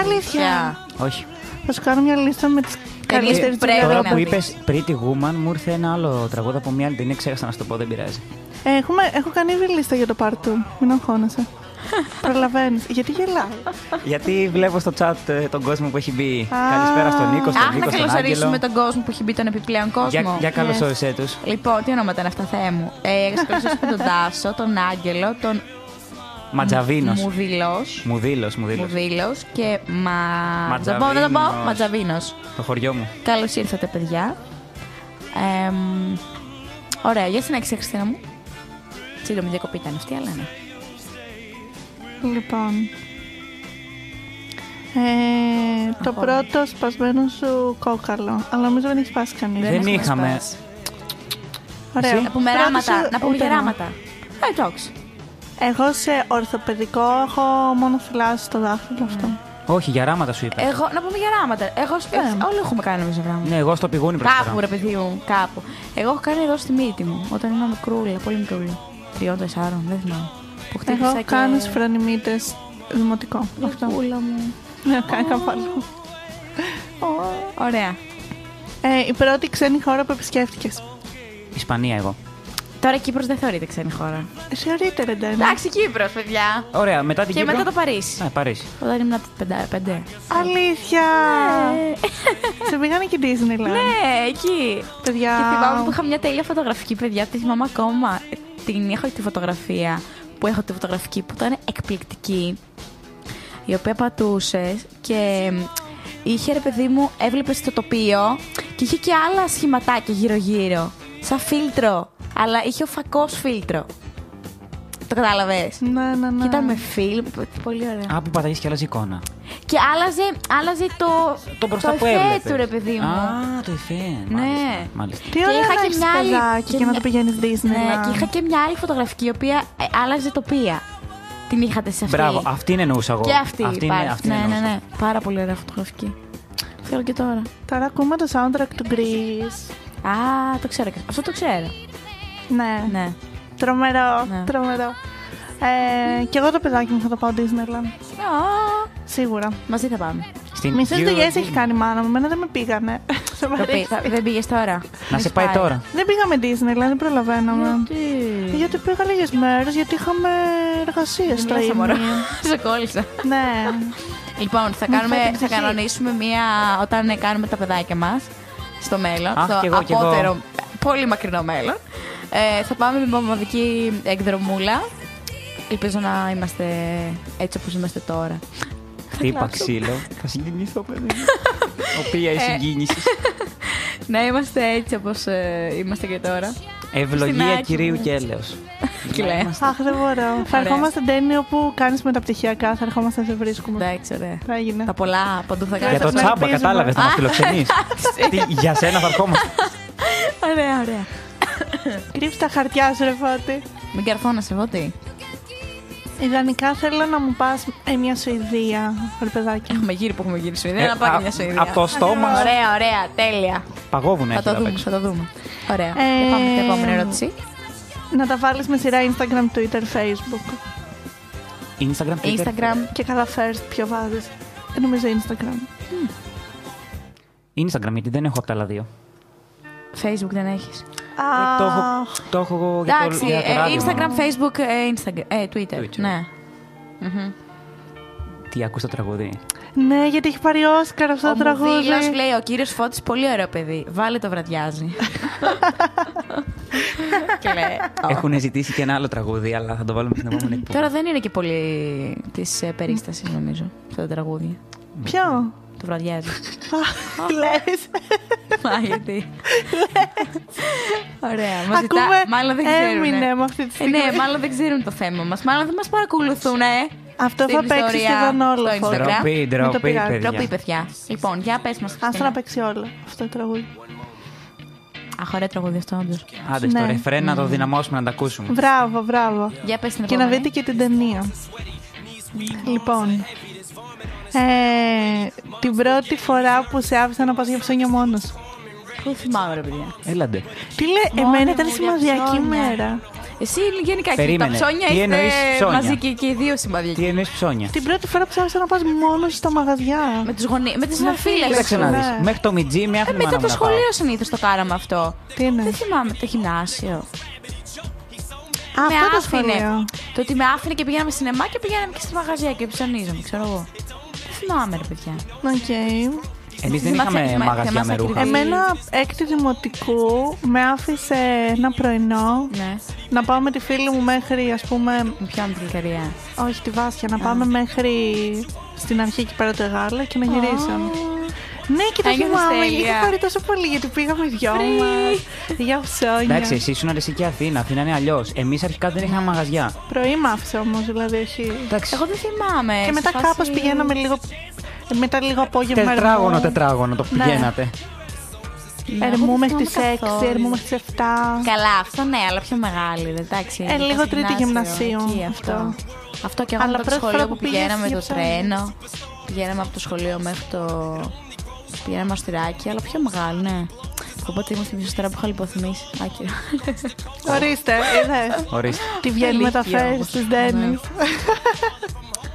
Speaker 3: Αλήθεια.
Speaker 2: Όχι.
Speaker 3: Θα σου κάνω μια λίστα με τις καλύτερες
Speaker 1: πρέπει
Speaker 3: ταινίες.
Speaker 2: Τώρα
Speaker 1: να
Speaker 2: που
Speaker 1: δεις.
Speaker 2: είπες Pretty Woman, μου ήρθε ένα άλλο τραγούδι από μια άλλη ταινία. Ξέχασα να σου το πω, δεν πειράζει.
Speaker 3: Ε, Έχουμε, έχω κάνει ήδη λίστα για το πάρτου. Μην αγχώνεσαι. Προλαβαίνεις. Γιατί γελάει.
Speaker 2: Γιατί βλέπω στο chat ε, τον κόσμο που έχει μπει. Καλησπέρα στον Νίκο, στον
Speaker 1: Αχ, να
Speaker 2: Νίκο, στον Άγγελο.
Speaker 1: καλωσορίσουμε τον κόσμο που έχει μπει τον επιπλέον κόσμο.
Speaker 2: Για, για καλώς όρισέ τους.
Speaker 1: Λοιπόν, τι ονόματα είναι αυτά, Θεέ μου. Ε, ας καλωσορίσουμε τον Τάσο, τον Άγγελο, τον
Speaker 2: Ματζαβίνος.
Speaker 1: Μουδηλός.
Speaker 2: Μουδήλος, Μουδήλος.
Speaker 1: Μουδήλος και μα... Δεν το πω,
Speaker 2: Ματζαβίνος.
Speaker 1: δεν το πω. Ματζαβίνος.
Speaker 2: Το χωριό μου.
Speaker 1: Καλώς ήρθατε, παιδιά. Εμ, ωραία, για συνέχισε, Χριστίνα μου. Σύντομη διακοπή ήταν αυτή, αλλά ναι.
Speaker 3: Λοιπόν. Ε, το πρώτο σπασμένο σου κόκαλο. Αλλά νομίζω δεν έχει σπάσει κανείς.
Speaker 2: Δεν
Speaker 1: έχουμε
Speaker 2: είχαμε.
Speaker 1: σπάσει.
Speaker 3: Ωραία.
Speaker 1: Να πούμε
Speaker 3: Πρώτο
Speaker 1: ράματα,
Speaker 3: σου-
Speaker 1: να πούμε
Speaker 3: ούτε
Speaker 1: και
Speaker 3: ένα.
Speaker 1: ράματα. Ε, εντάξει.
Speaker 3: Εγώ σε ορθοπαιδικό έχω μόνο φυλάσει το δάχτυλο αυτό.
Speaker 2: Όχι, για ράματα σου είπα.
Speaker 1: Εγώ, να πούμε για ράματα. Εγώ, σ- όλοι έχουμε κάνει νομίζω ράματα.
Speaker 2: Ναι, εγώ στο πηγούνι
Speaker 1: Κάπου,
Speaker 2: προσφέρω.
Speaker 1: ρε παιδί μου, κάπου. Εγώ έχω κάνει εδώ στη μύτη μου, όταν ήμουν μικρούλα, πολύ μικρούλα. Τριών, τεσσάρων, δεν θυμάμαι. Που χτύπησα
Speaker 3: Εγώ
Speaker 1: και...
Speaker 3: κάνω σφρανιμίτες δημοτικό. Αυτό.
Speaker 1: Κούλα μου.
Speaker 3: Ναι, κάνω καπάλο.
Speaker 1: Ωραία.
Speaker 3: Ε, η πρώτη ξένη χώρα που επισκέφτηκες.
Speaker 2: Ισπανία εγώ.
Speaker 1: Τώρα Κύπρος δεν θεωρείται ξένη χώρα.
Speaker 3: Θεωρείται ρε Ντένι.
Speaker 1: Εντάξει, Κύπρος, παιδιά.
Speaker 2: Ωραία, μετά την
Speaker 1: Και
Speaker 2: Κύπρο.
Speaker 1: μετά το Παρίσι.
Speaker 2: Ναι, Παρίσι.
Speaker 1: Όταν ήμουν πεντα- πέντε.
Speaker 3: Αλήθεια! Σε πήγανε και Disneyland.
Speaker 1: Ναι, Ε, εκεί.
Speaker 3: Παιδιά.
Speaker 1: Και θυμάμαι που είχα μια τέλεια φωτογραφική, παιδιά. Τη θυμάμαι ακόμα. Την έχω τη φωτογραφία που έχω τη φωτογραφική που ήταν εκπληκτική, η οποία πατούσε και είχε ρε παιδί μου, έβλεπες το τοπίο και είχε και άλλα σχηματάκια γύρω-γύρω. Σαν φίλτρο. Αλλά είχε ο φακός φίλτρο. Το κατάλαβες.
Speaker 3: Ναι, ναι, ναι.
Speaker 1: Και ήταν με φίλ, πολύ ωραία.
Speaker 2: Α, που παταγείς και άλλαζε εικόνα.
Speaker 1: Και άλλαζε, άλλαζε το,
Speaker 2: Το μπροστά που
Speaker 1: εφέ
Speaker 2: έβλεπες.
Speaker 1: του ρε παιδί μου.
Speaker 2: Α, το εφέ.
Speaker 1: Ναι.
Speaker 2: Μάλιστα, Μάλιστα.
Speaker 3: Τι ωραία
Speaker 1: είχα
Speaker 3: να
Speaker 1: και
Speaker 3: έχεις
Speaker 1: μια άλλη-
Speaker 3: παιδάκι και,
Speaker 1: και
Speaker 3: να
Speaker 1: μια-
Speaker 3: το πηγαίνεις Disney.
Speaker 1: Ναι, και είχα και μια άλλη φωτογραφική η οποία ε, άλλαζε τοπία. Την είχατε σε αυτή.
Speaker 2: Μπράβο, αυτή είναι εννοούσα εγώ.
Speaker 1: Και αυτή,
Speaker 2: είναι-
Speaker 1: υπάρχει.
Speaker 2: αυτή
Speaker 1: ναι, ναι,
Speaker 2: εννοούσα.
Speaker 1: ναι. Πάρα πολύ ωραία φωτογραφική. Θέλω και τώρα.
Speaker 3: Τώρα ακούμε το soundtrack του Grease.
Speaker 1: Α, το ξέρω. και- Αυτό το ξέρω.
Speaker 3: Ναι.
Speaker 1: Ναι.
Speaker 3: Τρομερό,
Speaker 1: Ναι.
Speaker 3: τρομερό. Ε, και εγώ το παιδάκι μου θα το πάω Disneyland.
Speaker 1: Α,
Speaker 3: Σίγουρα.
Speaker 1: μαζί θα πάμε.
Speaker 2: Στην
Speaker 3: Μισές
Speaker 2: Euro
Speaker 3: δουλειές
Speaker 2: Disney.
Speaker 3: έχει κάνει η μάνα μου. Εμένα δεν με πήγανε. Σε
Speaker 1: Το πει-
Speaker 3: βαρύθηκα.
Speaker 1: θα- Δεν πήγες τώρα.
Speaker 2: Να σε πάει τώρα.
Speaker 3: δεν πήγαμε Disneyland, δεν προλαβαίναμε.
Speaker 1: Τι.
Speaker 3: Γιατί πήγα λίγες μέρες, γιατί είχαμε εργασίες
Speaker 1: Δεν
Speaker 3: στο
Speaker 1: μιλάσα, μωρό.
Speaker 3: ίμιο.
Speaker 1: Σε κόλλησα.
Speaker 3: Ναι.
Speaker 1: Λοιπόν, θα,
Speaker 3: Μη
Speaker 1: κάνουμε,
Speaker 3: φάει την
Speaker 1: θα
Speaker 3: ψυχή.
Speaker 1: κανονίσουμε μία όταν ε, κάνουμε τα παιδάκια μας στο μέλλον.
Speaker 2: Αχ,
Speaker 1: στο
Speaker 2: κι εγώ, κι εγώ.
Speaker 1: απότερο, πολύ μακρινό μέλλον. Ε, θα πάμε με ομαδική εκδρομούλα. Ελπίζω να είμαστε έτσι όπως είμαστε τώρα.
Speaker 2: Χτύπα ξύλο. Θα συγκινηθώ, παιδί. μου.
Speaker 1: Ε,
Speaker 2: Οποία η συγκίνησης.
Speaker 1: Να είμαστε έτσι όπως ε, είμαστε και τώρα.
Speaker 2: Ευλογία
Speaker 1: άκρη,
Speaker 2: κυρίου
Speaker 1: έτσι.
Speaker 2: και έλεος.
Speaker 1: Κλαίω.
Speaker 3: Αχ, δεν μπορώ. Θα
Speaker 1: Ωραία.
Speaker 3: ερχόμαστε Ντένι όπου κάνεις μεταπτυχιακά, θα ερχόμαστε να σε βρίσκουμε.
Speaker 1: Εντάξει, ωραία.
Speaker 3: Θα έγινε.
Speaker 1: Τα πολλά παντού Ναι. θα
Speaker 2: Για
Speaker 1: κάνουμε.
Speaker 2: το
Speaker 3: σας
Speaker 2: τσάμπα,
Speaker 3: ελπίζουμε.
Speaker 2: κατάλαβες, να μας φιλοξενείς. Τι, Για σένα θα ερχόμαστε.
Speaker 1: Ωραία, ωραία.
Speaker 3: Κρύψε τα χαρτιά σου, ρε Φώτη.
Speaker 1: Μην καρφώνεσαι, Βότι.
Speaker 3: Ιδανικά θέλω να μου πας μια Σουηδία, ρε παιδάκι.
Speaker 1: Έχουμε γύρει που έχουμε γύρει Σουηδία.
Speaker 2: Ε,
Speaker 1: να πάμε
Speaker 2: α-
Speaker 1: μια Σουηδία.
Speaker 2: Από το στόμα σου
Speaker 1: Ωραία, ωραία, τέλεια.
Speaker 2: παγόβουν
Speaker 1: Θα
Speaker 2: έχει
Speaker 1: το
Speaker 2: να
Speaker 1: δούμε,
Speaker 2: παίξεις.
Speaker 1: θα το δούμε. Ωραία.
Speaker 3: Ε,
Speaker 1: Για πάμε στην επόμενη ερώτηση.
Speaker 3: Να τα βάλεις με σειρά Instagram, Twitter, Facebook.
Speaker 2: Instagram, Twitter.
Speaker 1: Instagram.
Speaker 3: Και καλά first ποιο βάζεις. Ε, Νομίζω Instagram.
Speaker 2: Instagram, γιατί δεν έχω από τα άλλα δύο.
Speaker 1: Facebook δεν έχεις.
Speaker 2: Ε, Το έχω,
Speaker 3: Αχ,
Speaker 2: το έχω εγώ για το,
Speaker 1: Εντάξει,
Speaker 2: για το
Speaker 1: ε,
Speaker 2: ράδιο.
Speaker 1: Instagram, Facebook, ε, Instagram, ε, Twitter.
Speaker 2: Twitter.
Speaker 1: Ναι. Μμμ.
Speaker 2: Τι ακούς το τραγούδι.
Speaker 3: Ναι, γιατί έχει πάρει Όσκαρ αυτό
Speaker 1: Ο
Speaker 3: το τραγούδι.
Speaker 1: Μουδίλας λέει, ο κύριος Φώτης, πολύ ωραίο παιδί. Βάλε το βραδιάζει. Και λέει, «Ω».
Speaker 2: Έχουν ζητήσει και ένα άλλο τραγούδι, αλλά θα το βάλουμε στην επόμενη εκπομπή.
Speaker 1: Τώρα δεν είναι και πολύ της ε, περίστασης νομίζω, αυτά τα τραγούδια.
Speaker 3: Ποιο?
Speaker 1: Το βραδιάζει.
Speaker 3: Α,
Speaker 1: ε.
Speaker 3: Τι λες.
Speaker 1: Μα γιατί. Ωραία. Μας ζητά...
Speaker 3: Ακούμε
Speaker 1: Μάλλον δεν ξέρουν.
Speaker 3: έμεινε με αυτή τη
Speaker 1: Ε,
Speaker 3: στιγμή.
Speaker 1: ναι, μάλλον δεν ξέρουν το θέμα μας. Μάλλον δεν μας παρακολουθούν, ε.
Speaker 3: Αυτό
Speaker 1: Στην
Speaker 3: θα παίξει
Speaker 1: ιστορία,
Speaker 3: σχεδόν όλο.
Speaker 1: στο
Speaker 3: Φώτη.
Speaker 1: Instagram.
Speaker 2: Ντροπή, ντροπή,
Speaker 3: πειράζει.
Speaker 2: παιδιά.
Speaker 1: Τροπή, παιδιά. Λοιπόν, για πες μας.
Speaker 3: Ας το
Speaker 1: Χριστίνα.
Speaker 3: να παίξει όλο αυτό το τραγούδι.
Speaker 1: Αχ, ωραίο τραγούδι αυτό, όντως.
Speaker 2: Άντε, στο
Speaker 3: Ναι.
Speaker 2: ρεφρέ να το δυναμώσουμε, να τα ακούσουμε.
Speaker 3: Μπράβο, μπράβο.
Speaker 1: Για πες την
Speaker 3: Και να
Speaker 1: επόμενη.
Speaker 3: δείτε και την ταινία. Λοιπόν, ε, την πρώτη φορά που σε άφησα να πας για ψώνια μόνος.
Speaker 1: Πού θυμάμαι, ρε παιδιά.
Speaker 2: Έλαντε.
Speaker 3: Τι λέει,
Speaker 1: Μόνο ναι.
Speaker 3: εμένα
Speaker 1: μου
Speaker 3: ήταν
Speaker 1: για
Speaker 3: σημαδιακή
Speaker 1: ψώνια.
Speaker 3: μέρα.
Speaker 1: Εσύ γενικά και τα
Speaker 2: Περίμενε.
Speaker 1: ψώνια
Speaker 2: Τι
Speaker 1: είστε
Speaker 2: εννοείς ψώνια?
Speaker 1: μαζί και, και οι δύο σημαδιακοί.
Speaker 2: Τι εννοείς ψώνια.
Speaker 3: Την πρώτη φορά που άρχισα να πας μόνος στα μαγαζιά.
Speaker 1: Με τους γονείς, με τις συναφίλες
Speaker 2: Κοίταξε
Speaker 1: σου.
Speaker 2: να
Speaker 1: Ε,
Speaker 2: δεις.
Speaker 3: Ναι.
Speaker 2: Μέχρι το μιτζί με άφηνε η
Speaker 1: Μετά
Speaker 2: μάνα μου
Speaker 1: το
Speaker 2: να πάω.
Speaker 1: σχολείο συνήθως το κάναμε αυτό.
Speaker 3: Τι είναι.
Speaker 1: Δεν θυμάμαι το γυμνάσιο.
Speaker 3: Α,
Speaker 1: με
Speaker 3: αυτό το
Speaker 1: άφηνε.
Speaker 3: σχολείο.
Speaker 1: Το ότι με άφηνε και πηγαίναμε σινεμά και πηγαίναμε και στη μαγαζιά και ψωνίζαμε, ξέρω εγώ. Δεν θυμάμαι, ρε παιδιά.
Speaker 3: Οκ.
Speaker 2: Εμείς δεν
Speaker 1: Θυμάσαι-
Speaker 2: είχαμε
Speaker 1: θυμάσαι-
Speaker 2: μαγαζιά με
Speaker 1: θυμάσαι
Speaker 2: ρούχα.
Speaker 1: ακριβώς.
Speaker 3: Εμένα έκτη δημοτικού με άφησε ένα πρωινό
Speaker 1: Ναι,
Speaker 3: να πάω με τη φίλη μου μέχρι, ας πούμε,
Speaker 1: με πιάνω την ευκαιρία.
Speaker 3: όχι τη Βάσια, να πάμε μέχρι στην αρχή εκεί πέρα το Εγάλα και να γυρίσαμε. Ναι, και το
Speaker 1: Ένιωθες
Speaker 3: θυμάμαι.
Speaker 1: τέλεια.
Speaker 3: Είχα πάρει τόσο πολύ γιατί πήγαμε δυο μας. Για ψώνια.
Speaker 2: Εντάξει, εσύ ήσουν εσύ και Αθήνα. Αθήνα είναι αλλιώς. Εμείς αρχικά δεν είχαμε μαγαζιά.
Speaker 3: Πρωί μ' άφησε όμως, δηλαδή όχι.
Speaker 2: Εντάξει.
Speaker 1: Εγώ δεν θυμάμαι.
Speaker 3: Και μετά
Speaker 1: Ε, σε φάση-
Speaker 3: κάπως πηγαίναμε λίγο. Μετά λίγο απόγευμα.
Speaker 2: Τετράγωνο,
Speaker 3: ερμού.
Speaker 2: τετράγωνο το
Speaker 3: Ναι.
Speaker 2: πηγαίνατε.
Speaker 1: Ναι, εγώ
Speaker 3: Ερμού
Speaker 1: δεν
Speaker 3: μέχρι τι
Speaker 1: θυμάμαι
Speaker 3: 6,
Speaker 1: καθόλου.
Speaker 3: ερμού μέχρι τι 7.
Speaker 1: Καλά, αυτό ναι, αλλά πιο μεγάλη, εντάξει.
Speaker 3: Ε, λίγο
Speaker 1: στο
Speaker 3: τρίτη
Speaker 1: γυμνάσιο,
Speaker 3: γυμνασίου,
Speaker 1: εκεί, αυτό. Αυτό και εγώ
Speaker 3: Αλλά
Speaker 1: μετά το
Speaker 3: πρώτη
Speaker 1: σχολείο
Speaker 3: φορά
Speaker 1: που
Speaker 3: που πήγες
Speaker 1: πηγαίναμε
Speaker 3: για
Speaker 1: το
Speaker 3: ψώνια.
Speaker 1: τρένο. Πηγαίναμε από το σχολείο μέχρι το. Πηγαίναμε αστυράκι, αλλά πιο μεγάλη, ναι. Οπότε ήμουν στην τώρα που είχα λιποθυμίσει. Άκυρο.
Speaker 3: Ορίστε, είδε.
Speaker 2: Ορίστε.
Speaker 3: Τη βγαίνει
Speaker 1: Αλήθεια
Speaker 3: μεταφέρει
Speaker 1: όμως. Ναι.
Speaker 3: τη Ντένι.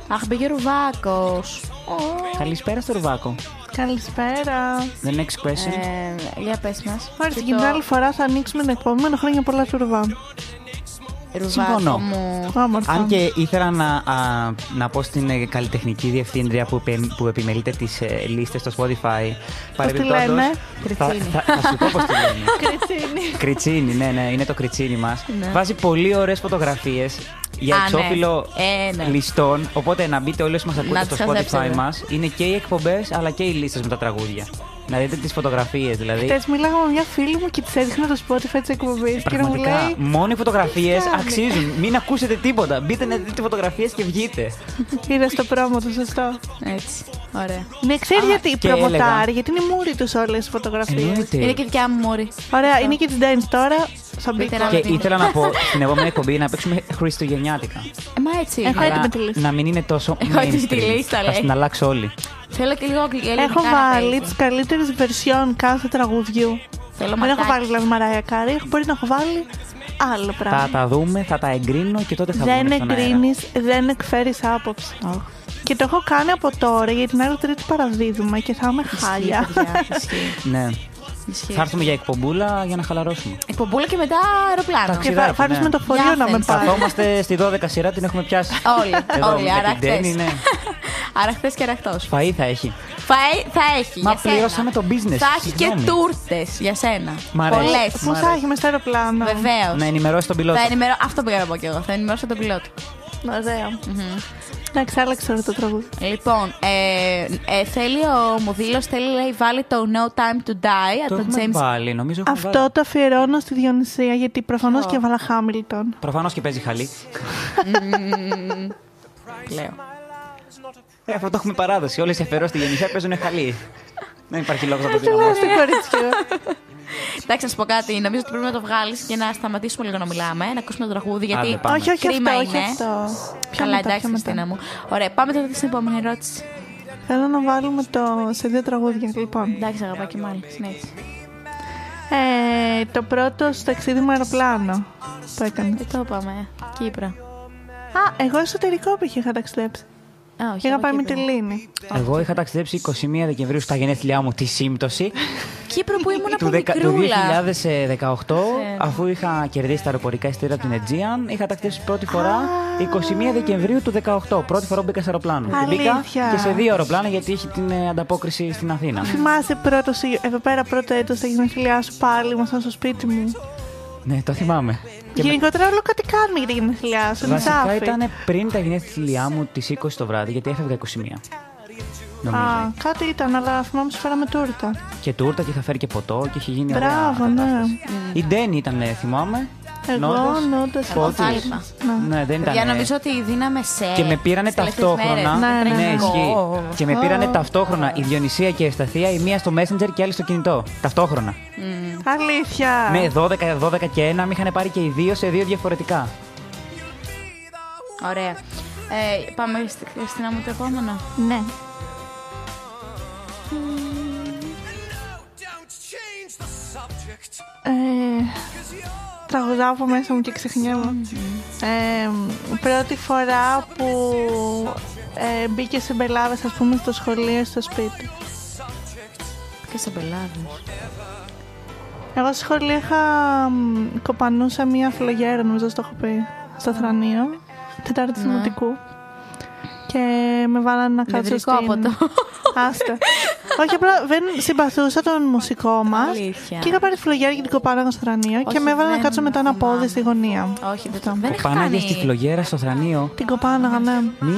Speaker 1: Αχ, μπήκε ο Ρουβάκο.
Speaker 2: Καλησπέρα στο Ρουβάκο.
Speaker 3: Καλησπέρα.
Speaker 2: The next
Speaker 1: Ε,
Speaker 2: question.
Speaker 1: Για πες μας.
Speaker 3: Μάλιστα, και την άλλη φορά θα ανοίξουμε την εκπομπή με χρόνια πολλά τουρβά.
Speaker 2: Συμφωνώ.
Speaker 1: Ρουβάκο μου.
Speaker 3: Όμορφα.
Speaker 2: Αν και ήθελα να, α, να πω στην ε, καλλιτεχνική διευθύντρια που, επι- που επιμελείται τις ε, λίστες στο Spotify. παρεμπιπτόντως,
Speaker 3: λένε?
Speaker 2: Θα,
Speaker 1: Κριτσίνη.
Speaker 2: θα, θα σου πω πώς τη λένε.
Speaker 3: Κριτσίνη.
Speaker 2: Κριτσίνη, ναι, ναι, είναι το κριτσίνη μα. Βάζει πολύ ωραίες φωτογραφίες για
Speaker 1: Ναι. Α, ναι.
Speaker 2: εξώφυλλο
Speaker 1: Ε, ναι.
Speaker 2: ληστών. Οπότε να μπείτε όλοι όσοι μας ακούτε
Speaker 1: Να
Speaker 2: στο
Speaker 1: τις χαζέψετε.
Speaker 2: Spotify μας. Είναι και οι εκπομπές αλλά και οι λίστες με τα τραγούδια. Να δείτε τις φωτογραφίες δηλαδή.
Speaker 3: Χθε μίλαγα με μια φίλη μου και της έδειχνα το Spotify της εκπομπής και να μου
Speaker 2: Πραγματικά,
Speaker 3: λέει.
Speaker 2: μόνο οι φωτογραφίες
Speaker 3: Τι κάνει.
Speaker 2: αξίζουν. Μην ακούσετε τίποτα. Μπείτε να δείτε φωτογραφίες και βγείτε.
Speaker 3: Είδα στο πρόμο του, σωστό.
Speaker 1: Έτσι. Ωραία.
Speaker 3: Ναι, ξέρεις γιατί
Speaker 2: και έλεγα.
Speaker 3: προμοτάρει, γιατί είναι η μούρη τους όλες τι φωτογραφίε.
Speaker 1: Είναι
Speaker 2: Εννοείται.
Speaker 1: και δικιά μου μόρη.
Speaker 3: Ωραία, είναι και της Dance τώρα. Σαν
Speaker 1: Μπείτε
Speaker 3: μπήκε.
Speaker 1: να
Speaker 2: Και
Speaker 1: δείτε.
Speaker 2: ήθελα να πω στην επόμενη εκπομπή να παίξουμε Χριστουγεννιάτικα.
Speaker 1: Ε, Μα έτσι.
Speaker 3: Έχω
Speaker 1: είναι.
Speaker 2: Αλλά
Speaker 3: έτοιμη τη λίστα.
Speaker 2: Να μην είναι τόσο
Speaker 1: Έχω έτοιμη
Speaker 2: mainstream.
Speaker 1: τη λίστα,
Speaker 2: Θα
Speaker 1: λέει.
Speaker 2: την αλλάξω όλοι.
Speaker 1: Θέλω και λίγο αγγλικά.
Speaker 3: Έχω
Speaker 1: ελληνικά να
Speaker 3: βάλει
Speaker 1: παίζει.
Speaker 3: τις καλύτερες βερσιόν κάθε τραγουδιού.
Speaker 1: Θέλω
Speaker 3: Δεν έχω
Speaker 1: ματάκι.
Speaker 3: βάλει δηλαδή Μαράια Κάρι, έχω μπορεί να έχω βάλει άλλο
Speaker 2: Θα
Speaker 3: πράγμα.
Speaker 2: τα δούμε, θα τα εγκρίνω και τότε θα βγουν
Speaker 3: Δεν
Speaker 2: στον αέρα.
Speaker 3: εγκρίνεις, δεν εκφέρεις άποψη. Και το έχω κάνει από τώρα γιατί την άλλη Τρίτη παραδίδουμε και θα είμαι χάλια.
Speaker 1: Ισχύει, παιδιά, ισχύει,
Speaker 2: Ναι.
Speaker 1: ισχύει.
Speaker 2: Θα έρθουμε για εκπομπούλα για να χαλαρώσουμε.
Speaker 1: Η πομπούλα και μετά αεροπλάνο.
Speaker 2: Εντάξει.
Speaker 3: Και θα
Speaker 2: Ταξιδάκι,
Speaker 3: φάρεις
Speaker 2: ναι.
Speaker 3: με το φορείο να με
Speaker 1: Διάθεση.
Speaker 3: πάρει.
Speaker 2: Καθόμαστε στη 12 σειρά, την έχουμε πιάσει.
Speaker 1: Όλοι,
Speaker 2: Εδώ,
Speaker 1: όλοι,
Speaker 2: με
Speaker 1: άρα
Speaker 2: την Ντένι,
Speaker 1: χθες.
Speaker 2: ναι.
Speaker 1: Άρα χθες και ραχτός.
Speaker 2: Φαΐ θα έχει.
Speaker 1: Θα, ε- θα έχει.
Speaker 2: Μα
Speaker 1: για σένα.
Speaker 2: πληρώσαμε το business,
Speaker 1: Θα έχει και
Speaker 2: συγγνώμη.
Speaker 1: τούρτες για σένα.
Speaker 2: Μ' αρέσει.
Speaker 1: Πολλές.
Speaker 2: Μ'
Speaker 3: Πού θα έχει μέσα στο αεροπλάνο.
Speaker 1: Βεβαίως.
Speaker 2: Να ενημερώσει τον πιλότο.
Speaker 1: Θα ενημερώ... Αυτό πήγα να πω κι εγώ. Θα ενημερώσω τον πιλότο.
Speaker 3: Ωραία. Εντάξει, άλλαξε τώρα το τραγούδι.
Speaker 1: Λοιπόν, ε, ε, θέλει ο Μουδήλος, θέλει λέει, βάλει το No Time to Die από
Speaker 2: Το
Speaker 1: τον
Speaker 2: έχουμε
Speaker 1: James.
Speaker 2: βάλει, νομίζω. έχουμε
Speaker 3: Αυτό
Speaker 2: βάλει.
Speaker 3: το αφιερώνω στη Διονυσία γιατί προφανώς και έβαλα Χάμιλτον.
Speaker 2: Προφανώς και παίζει χαλί.
Speaker 1: Λέω.
Speaker 2: Ε, αυτό το έχουμε παράδοση. Όλες οι αφαιρώ στη γεννησία παίζουν χαλί. Δεν υπάρχει λόγος να το δυναμώσουμε.
Speaker 3: Τουλάχιστον
Speaker 2: ε.
Speaker 3: κορίτσια.
Speaker 1: Εντάξει, να σου πω κάτι. Νομίζω ότι πρέπει να το βγάλεις και να σταματήσουμε λίγο να μιλάμε, να ακούσουμε το τραγούδι. Γιατί
Speaker 2: Άντε, πάμε.
Speaker 3: Όχι, όχι
Speaker 1: Κρίμα
Speaker 3: αυτό, όχι
Speaker 1: είναι.
Speaker 3: αυτό. Πιο
Speaker 1: Καλά,
Speaker 3: μετά,
Speaker 1: εντάξει,
Speaker 3: πιο μετά.
Speaker 1: Χριστίνα μου. Ωραία, πάμε τότε στην επόμενη ερώτηση.
Speaker 3: Θέλω να βάλουμε το σε δύο τραγούδια, λοιπόν.
Speaker 1: Εντάξει, αγαπάκι μου, άλλη. Συνέχισε.
Speaker 3: Ε, το πρώτο στο ταξίδι με αεροπλάνο το
Speaker 2: Ε,
Speaker 3: έκανε.
Speaker 1: Δεν το είπαμε. Κύπρο.
Speaker 3: Α, εγώ εσωτερικό που είχα ταξιδέψει.
Speaker 1: Α, όχι.
Speaker 3: Είχα
Speaker 1: εγώ
Speaker 3: πάει με τη
Speaker 1: Κύπρο.
Speaker 3: Λίνη.
Speaker 2: Εγώ είχα ταξιδέψει 21 Δεκεμβρίου στα γενέθλιά μου τη σύμπτωση
Speaker 1: Κύπρο που ήμουν από
Speaker 2: Ε, του, δεκα- του
Speaker 1: μικρούλα.
Speaker 2: 2018, αφού είχα κερδίσει τα αεροπορικά εισιτήρια από την Aegean, είχα ταξιδέψει πρώτη φορά 21 Δεκεμβρίου του 2018. Πρώτη φορά μπήκα σε αεροπλάνο. Και Μπήκα
Speaker 3: Αλήθεια.
Speaker 2: και σε δύο αεροπλάνα γιατί είχε την ε, ανταπόκριση στην Αθήνα.
Speaker 3: Θυμάσαι πρώτο, σι- εδώ πέρα πρώτο έτος τα γενέθλιά σου πάλι, ήμασταν στο σπίτι μου.
Speaker 2: ναι, το θυμάμαι. Και με-
Speaker 3: Γενικότερα όλο κάτι κάνουμε για τα γενέθλιά σου. είναι
Speaker 2: βασικά
Speaker 3: τσάφι.
Speaker 2: ήταν πριν τα γενέθλιά μου τις 20 το βράδυ, γιατί έφευγα 21. Νομίζω.
Speaker 3: Α, κάτι ήταν, αλλά θυμάμαι σου φέραμε τούρτα.
Speaker 2: Και τούρτα και είχα φέρει και ποτό και είχε γίνει ωραία
Speaker 3: Μπράβο, ναι.
Speaker 2: κατάσταση. Η Ντένι ήταν, ε, θυμάμαι.
Speaker 3: Εγώ,
Speaker 2: Νόντες.
Speaker 3: νόντα,
Speaker 1: Εγώ
Speaker 2: Φώτης.
Speaker 1: θα είπα.
Speaker 2: Ναι, δεν ήταν.
Speaker 1: Για νομίζω ότι δίναμε σε.
Speaker 2: Και με πήρανε
Speaker 1: τις τελευταίες
Speaker 2: ταυτόχρονα.
Speaker 1: μέρες.
Speaker 3: Ναι,
Speaker 1: Ήταν
Speaker 3: ναι,
Speaker 1: κακό.
Speaker 2: ισχύει. Και με πήρανε ταυτόχρονα η Διονυσία και η Ευσταθία, η μία στο Messenger και η άλλη στο κινητό. Ταυτόχρονα. Ναι.
Speaker 3: Αλήθεια.
Speaker 2: Με 12, 12 και 1, με είχαν πάρει και οι δύο σε δύο διαφορετικά.
Speaker 1: Ωραία. Ε, πάμε στη Χριστίνα μου το επόμενο.
Speaker 3: Ναι.
Speaker 4: Don't change the subject.
Speaker 3: Ε, τραγουδάω από μέσα μου και ξεχνιάμαι. Ε, πρώτη φορά που ε, μπήκε σε μπελάβες, ας πούμε, στο σχολείο, στο σπίτι.
Speaker 1: Και σε πελάδε.
Speaker 3: Εγώ στο σχολείο είχα μ, κοπανούσα μία φλογέρα, νομίζω στο έχω πει, στο Θρανείο, Τετάρτη
Speaker 1: Ναι.
Speaker 3: Δημοτικού. Και με βάλανε να κάτσω
Speaker 1: Νευρικό
Speaker 3: στην...
Speaker 1: από το.
Speaker 3: Άστα. Όχι, απλά δεν συμπαθούσα τον μουσικό μας.
Speaker 1: Αλήθεια.
Speaker 3: Και είχα πάρει τη φλογέρα και την κοπάνα στο θρανείο και
Speaker 1: Όχι,
Speaker 3: με έβαλα να
Speaker 1: δεν
Speaker 3: κάτσω με το ένα
Speaker 1: θυμάμαι.
Speaker 3: πόδι στη γωνία.
Speaker 1: Όχι, δεν το δεν έχει
Speaker 2: Πάναγε
Speaker 1: κάνει.
Speaker 2: στη φλογέρα στο θρανείο.
Speaker 3: Την κοπάνα, ναι.
Speaker 2: Μη...